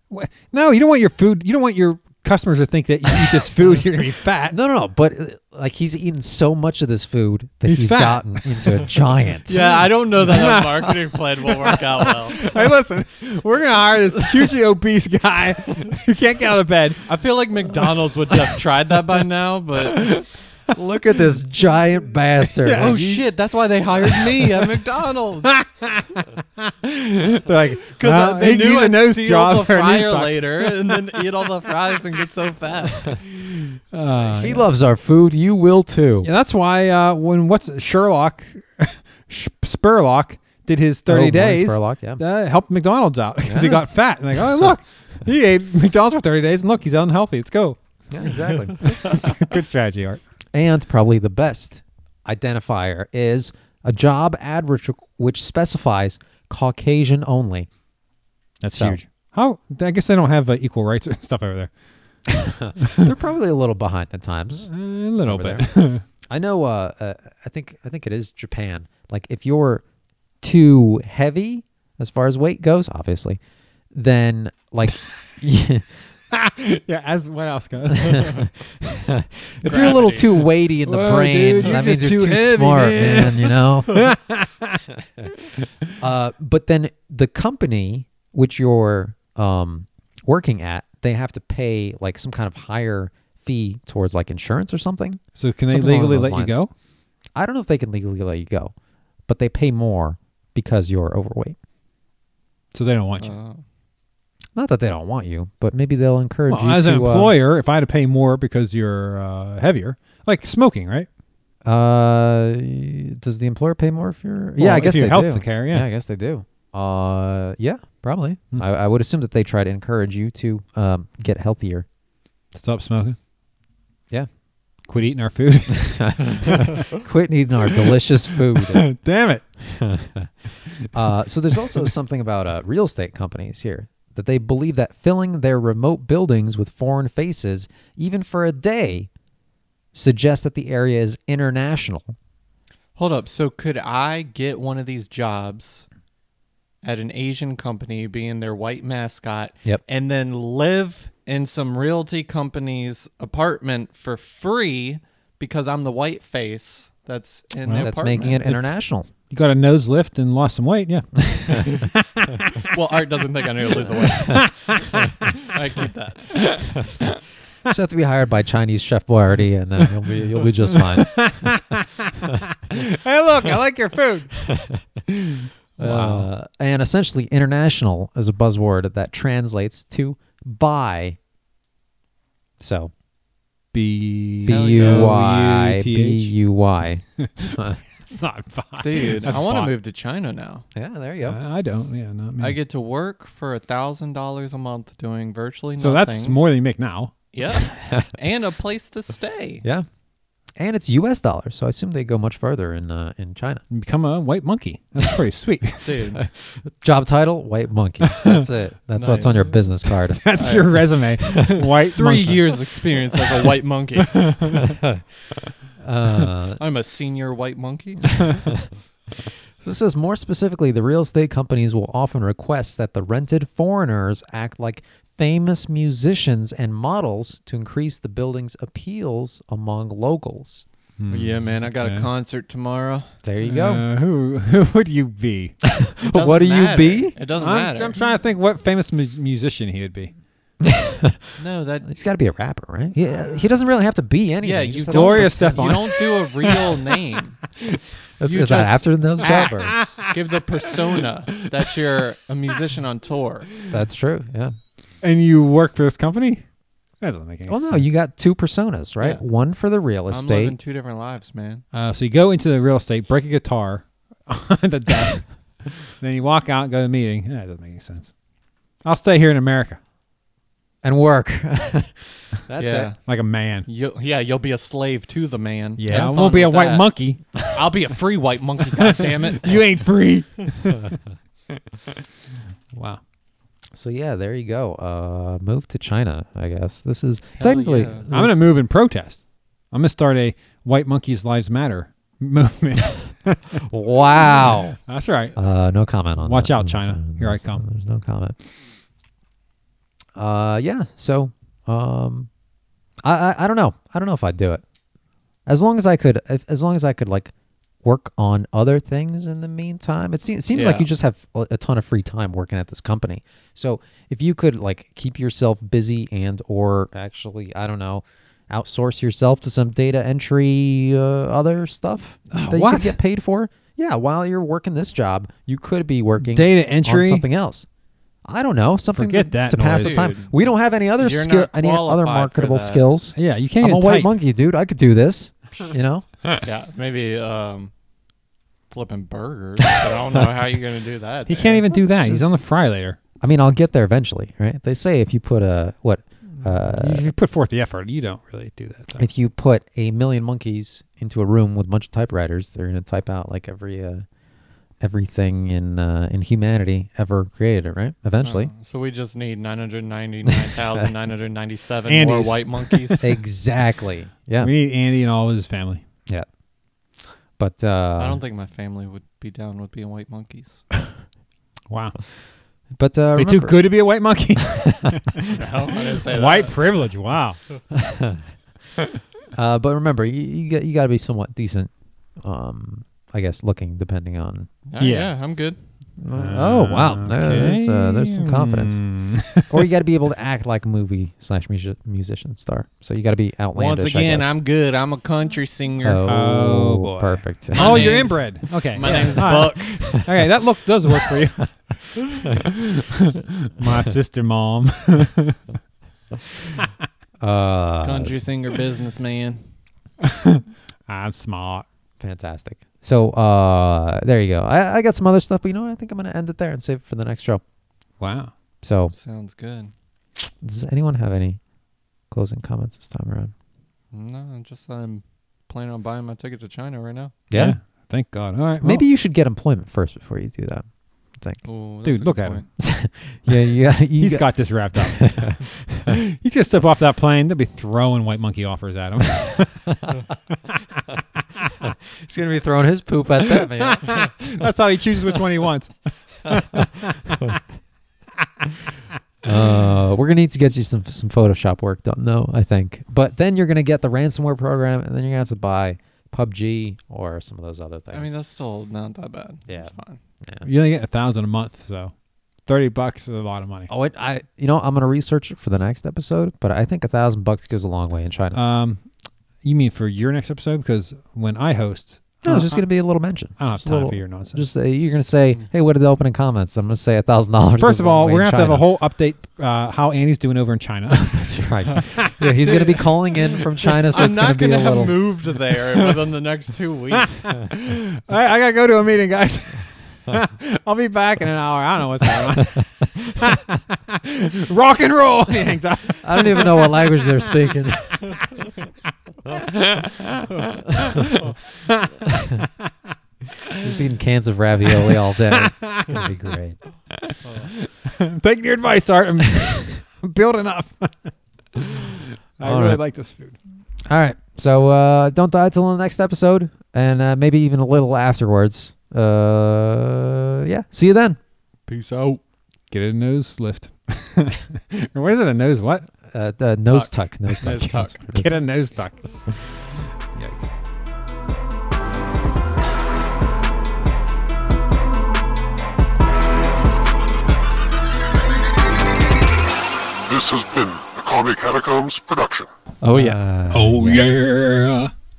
S2: Wha- No, you don't want your food. You don't want your customers to think that you eat this food. You're gonna be fat.
S3: No, no, no. But uh, like he's eaten so much of this food that
S2: He's
S3: he's,
S2: fat.
S3: gotten into a
S2: [LAUGHS]
S3: giant.
S4: Yeah, I don't know that a marketing plan will work out well.
S2: Hey, listen, we're gonna hire this hugely obese guy who can't get out of bed.
S4: I feel like McDonald's would have tried that by now, but
S3: Look at this giant bastard.
S4: Oh shit! That's why they hired me at McDonald's.
S2: They're like,
S4: Because
S2: "Well,
S4: uh, they
S2: he- he's
S4: knew
S2: a
S4: I'd
S2: nose
S4: steal
S2: job
S4: the
S2: for a news
S4: fryer
S2: talk.
S4: later, and then eat all the fries and get so fat.
S2: Uh,
S3: He loves our food. You will too.
S2: yeah, that's why uh, when what's Sherlock [LAUGHS] Sh- Spurlock did his thirty
S3: Ryan
S2: days,
S3: Spurlock, yeah.
S2: uh, helped McDonald's out [LAUGHS] because he got fat. And like, oh look, he ate McDonald's for thirty days, and look, he's unhealthy. Let's go. [LAUGHS]
S3: Yeah, exactly.
S2: Good strategy, Art.
S3: and probably the best identifier is a job ad which, which specifies Caucasian only.
S2: That's
S3: So-
S2: huge. How? I guess they don't have uh, equal rights and [LAUGHS] stuff over there.
S3: They're probably a little behind the times.
S2: A little
S3: Over
S2: bit.
S3: I know. Uh, uh, I think I think it is Japan. Like if you're too heavy as far as weight goes, obviously, then like [LAUGHS] if
S2: [LAUGHS] yeah. As what
S3: [LAUGHS]
S2: else goes?
S3: you're a little too weighty in the
S2: Whoa,
S3: brain,
S2: dude, you're
S3: that means
S2: just
S3: you're too,
S2: too heavy,
S3: smart, man.
S2: man.
S3: You know.
S2: [LAUGHS]
S3: uh, but then the company which you're um, working at, they have to pay like some kind of higher fee towards like insurance or something.
S2: so can they
S3: Something along
S2: legally
S3: those
S2: let
S3: lines.
S2: you go?
S3: I don't know if they can legally let you go, but they pay more because you're overweight.
S2: So they don't want you.
S3: Uh, Not that they don't want you, but maybe they'll encourage
S2: Well,
S3: you
S2: as
S3: to,
S2: an
S3: uh,
S2: employer, if I had to pay more because you're uh, heavier, like smoking, right?
S3: Uh, does the employer pay more if you're? yeah,
S2: Well,
S3: I
S2: if
S3: guess
S2: you
S3: they
S2: health
S3: do.
S2: care, yeah. Hmm.
S3: I guess they do. Uh, yeah, probably. I, I would assume that they try to encourage you to um get healthier.
S2: Stop smoking.
S3: Yeah,
S2: Quit eating
S3: [LAUGHS]
S2: our food. [LAUGHS]
S3: quit eating our delicious food.
S2: [LAUGHS] Damn it.
S3: Uh, so there's also something about uh, real estate companies here that they believe that filling their remote buildings with foreign faces, even for a day, suggests that the area is international.
S4: Hold up. So could I get one of these jobs at an Asian company, being their white mascot,
S3: Yep.
S4: and then live in some realty company's apartment for free because I'm the white face that's in the
S3: That's
S4: apartment?
S3: making it international.
S2: You got a nose lift and lost some weight. Yeah. [LAUGHS]
S4: well, Art doesn't think I'm going to lose the weight. [LAUGHS] I keep that.
S3: [LAUGHS] just have to be hired by Chinese Chef Boyardee, and then you'll be you'll be just fine.
S2: hey, look, I like
S3: [LAUGHS]
S2: your food.
S3: Uh, and essentially, international is a buzzword that translates to buy. So
S2: B
S3: B U Y B
S2: B-U-T-H.
S3: U
S2: [LAUGHS]
S3: Y.
S2: It's not fine.
S4: Dude,
S2: That's
S4: I want to
S2: fine.
S4: move to China now.
S3: Yeah, there you go.
S2: I I don't. Yeah, not me.
S4: I get to work for a thousand dollars a month doing virtually
S2: so
S4: nothing.
S2: that's more than you make now.
S4: yeah, [LAUGHS] and a place to stay.
S3: Yeah, and it's U.S. dollars, so I assume they go much further in uh, in China.
S2: You become a white monkey.
S3: [LAUGHS]
S2: That's pretty sweet.
S4: Dude,
S3: Job title: White Monkey. That's it. That's what's on your business card.
S2: That's your resume. [LAUGHS] White
S4: three
S2: monkey.
S4: years experience as a white monkey.
S3: Uh,
S4: I'm a senior white monkey.
S3: So this says more specifically, the real estate companies will often request that the rented foreigners act like famous musicians and models to increase the building's appeals among locals.
S4: yeah, man, I got
S2: Okay.
S4: a concert tomorrow.
S3: There you
S4: Mm.
S3: go.
S2: Uh, who who would you [LAUGHS] be?
S4: It
S3: But what do
S4: doesn't
S3: you
S4: matter.
S3: be?
S4: It doesn't
S2: I'm,
S4: matter.
S2: I'm trying to think what famous mu- musician he would be.
S4: No, that.
S3: He's got to be a rapper, right? Yeah, he doesn't really have to be anything.
S4: Yeah,
S3: He
S4: you
S3: just has
S4: don't-
S3: to-
S2: Gloria
S4: You
S2: Stefan.
S4: don't do a real name.
S3: That's,
S4: you
S3: is that
S4: just
S3: after
S4: [LAUGHS]
S3: those
S4: act.
S3: rappers?
S4: Give the persona that you're a musician on tour.
S3: That's true. Yeah.
S2: and you work for this company? Oh, That doesn't make any
S3: Well, Oh, no,
S2: sense.
S3: you got two personas, right?
S4: Yeah.
S3: One for the real
S4: I'm living
S3: estate.
S4: two different lives, man.
S2: Uh, so you go into the real estate, break a guitar [LAUGHS] on the [LAUGHS] desk, then you walk out and go to the meeting. That doesn't make any sense. I'll stay here in America
S3: and work. [LAUGHS] That's
S4: yeah.
S3: it.
S2: like a man.
S4: You'll, yeah, you'll be a slave to the man.
S2: Yeah,
S4: Have
S2: I
S4: fun
S2: won't be a
S4: with
S2: white
S4: that.
S2: monkey.
S4: [LAUGHS] I'll be a free white monkey. God damn
S2: [LAUGHS]
S4: it!
S2: You
S4: [LAUGHS]
S2: ain't free. wow.
S3: So yeah, there you go. Uh, move to China, I guess. This is technically.
S4: yeah.
S2: I'm going to move and protest. I'm going to start a White Monkeys Lives Matter [LAUGHS] movement.
S3: Wow.
S2: That's right.
S3: Uh, no comment on
S2: Watch
S3: that.
S2: out,
S3: There's-
S2: China.
S3: there's-
S2: Here I come.
S3: There's no comment. Uh, yeah. So, um, I, I I don't know. I don't know if I'd do it. As long as I could, if, as long as I could, like, work on other things in the meantime. It seems seems like
S4: Yeah.
S3: you just have a, a ton of free time working at this company. So if you could like keep yourself busy and or actually, I don't know. outsource yourself to some data entry uh, other stuff that you
S2: Uh, what?
S3: could get paid for. Yeah, while you're working this job, you could be working
S2: Data
S3: on
S2: entry?
S3: something else. I don't know something
S2: Forget
S3: to-
S2: that
S3: to pass the
S2: noise.
S3: time.
S4: Dude,
S3: We don't have any other
S4: you're
S3: skill,
S4: not
S3: any
S4: qualified
S3: other
S4: for
S3: marketable
S4: that.
S3: skills.
S2: Yeah, you can't
S3: I'm a
S2: even
S3: white
S2: type.
S3: monkey, dude. I could do this. You know,
S4: yeah, maybe um, flipping burgers. but I don't know how you're gonna do that.
S2: He
S4: there.
S2: can't even do that.
S3: It's
S2: He's
S3: just-
S2: on the fry later.
S3: I mean, I'll get there eventually, right? They say if you put a what, uh,
S2: If you put forth the effort, you don't really do that. though.
S3: if you put a million monkeys into a room with a bunch of typewriters, they're gonna type out like every uh, everything in uh, in humanity ever created, right? Eventually.
S4: So we just need
S2: [LAUGHS]
S4: 999,997 more
S2: Andes.
S4: white monkeys. [LAUGHS]
S3: Exactly. Yeah.
S2: We need Andy and all of his family.
S3: yeah. But uh,
S4: I don't think my family would be down with being white monkeys.
S2: Wow.
S3: But uh,
S2: They too
S3: remember-
S2: good to be a white
S4: [LAUGHS]
S2: monkey?
S4: No, I didn't say that.
S2: white privilege. Wow.
S3: Uh, but remember, you you got, you got to be somewhat decent. Um, I guess looking depending on.
S4: Yeah,
S2: Yeah.
S4: Uh, yeah, I'm good.
S3: oh wow, There- there's uh, there's some confidence.
S2: confidence.
S3: or you got to be able to act like a movie slash music, musician star. So you got to be outlandish. I guess.
S4: good. I'm a country singer.
S3: Oh,
S2: Oh, boy. [LAUGHS]
S3: perfect.
S2: oh, you're
S4: name's-
S2: inbred. Okay.
S4: My
S2: yeah.
S4: name's
S2: All right.
S4: Buck.
S2: okay, that look does work for you.
S4: [LAUGHS]
S2: [LAUGHS] My sister, mom. [LAUGHS]
S3: Uh,
S4: country singer, businessman.
S2: I'm smart.
S3: fantastic. So uh, there you go. I, I got some other stuff, but you know what? I think I'm gonna end it there and save it for the next show.
S2: Wow.
S3: So
S4: Sounds good.
S3: does anyone have any closing comments this time around?
S4: No, I'm just I'm planning on buying my ticket to China right now.
S2: Thank God. All right. well,
S3: Maybe you should get employment first before you do that. I think.
S4: Ooh, that's
S2: Dude,
S4: a
S2: look
S4: good
S2: at
S4: point.
S3: Yeah, you got. You
S2: he's
S3: got,
S2: got this wrapped [LAUGHS] up. he's gonna step off that plane. They'll be throwing white monkey offers at him.
S3: He's gonna be throwing his poop at that man.
S2: [LAUGHS] That's how he chooses which one he wants.
S3: [LAUGHS] uh, we're gonna need to get you some some Photoshop work done, though. I think. But then you're gonna get the ransomware program, and then you're gonna have to buy PUBG or some of those other things.
S4: I mean, that's still not that bad.
S3: Yeah.
S4: it's fine.
S2: You only get a thousand a month, so thirty bucks is a lot of money.
S3: oh, it, I you know I'm gonna research it for the next episode, but I think a thousand bucks goes a long way in China.
S2: Um, you mean for your next episode? Because when I host,
S3: no,
S2: uh,
S3: it's just gonna be a little mention.
S2: I don't have
S3: Just a
S2: time
S3: little-
S2: for your nonsense. Mm.
S3: Just uh, you're gonna say, hey, what are the opening comments? I'm gonna say a thousand dollars. goes
S2: First
S3: a
S2: of
S3: long
S2: all,
S3: way
S2: we're
S3: in
S2: gonna have to have a
S3: China.
S2: whole update uh, how Andy's doing over in [LAUGHS] China.
S3: That's right. yeah, he's gonna
S2: [LAUGHS]
S3: be calling in from China, so
S4: I'm
S3: it's gonna
S4: not
S3: be
S4: gonna
S3: a
S4: have
S3: little.
S4: moved there
S3: [LAUGHS]
S4: within the next two weeks.
S2: I, I gotta go to a meeting, [LAUGHS] guys. I'll be back in an hour. I don't know what's going on. [LAUGHS] Rock and roll. He hangs up.
S3: I don't even know what language they're
S2: [LAUGHS]
S3: speaking. Just eating cans of ravioli all day. It's gonna be great.
S2: Taking your advice, Art. I'm, [LAUGHS] I'm building up. I
S3: All
S2: really
S3: right.
S2: like this food.
S3: All right, so uh, don't die till the next episode, and uh, maybe even a little afterwards. Uh, yeah, see you then.
S4: Peace out.
S2: Get a nose lift. or [LAUGHS] what is it? A nose what?
S3: Uh, uh, nose tuck, nose
S2: [LAUGHS]
S3: tuck.
S4: Nose tuck.
S3: That's what it is.
S2: Get a nose [LAUGHS] tuck.
S3: Yikes.
S1: This has been a Comedy Catacombs production.
S3: Uh,
S2: Oh yeah. oh yeah.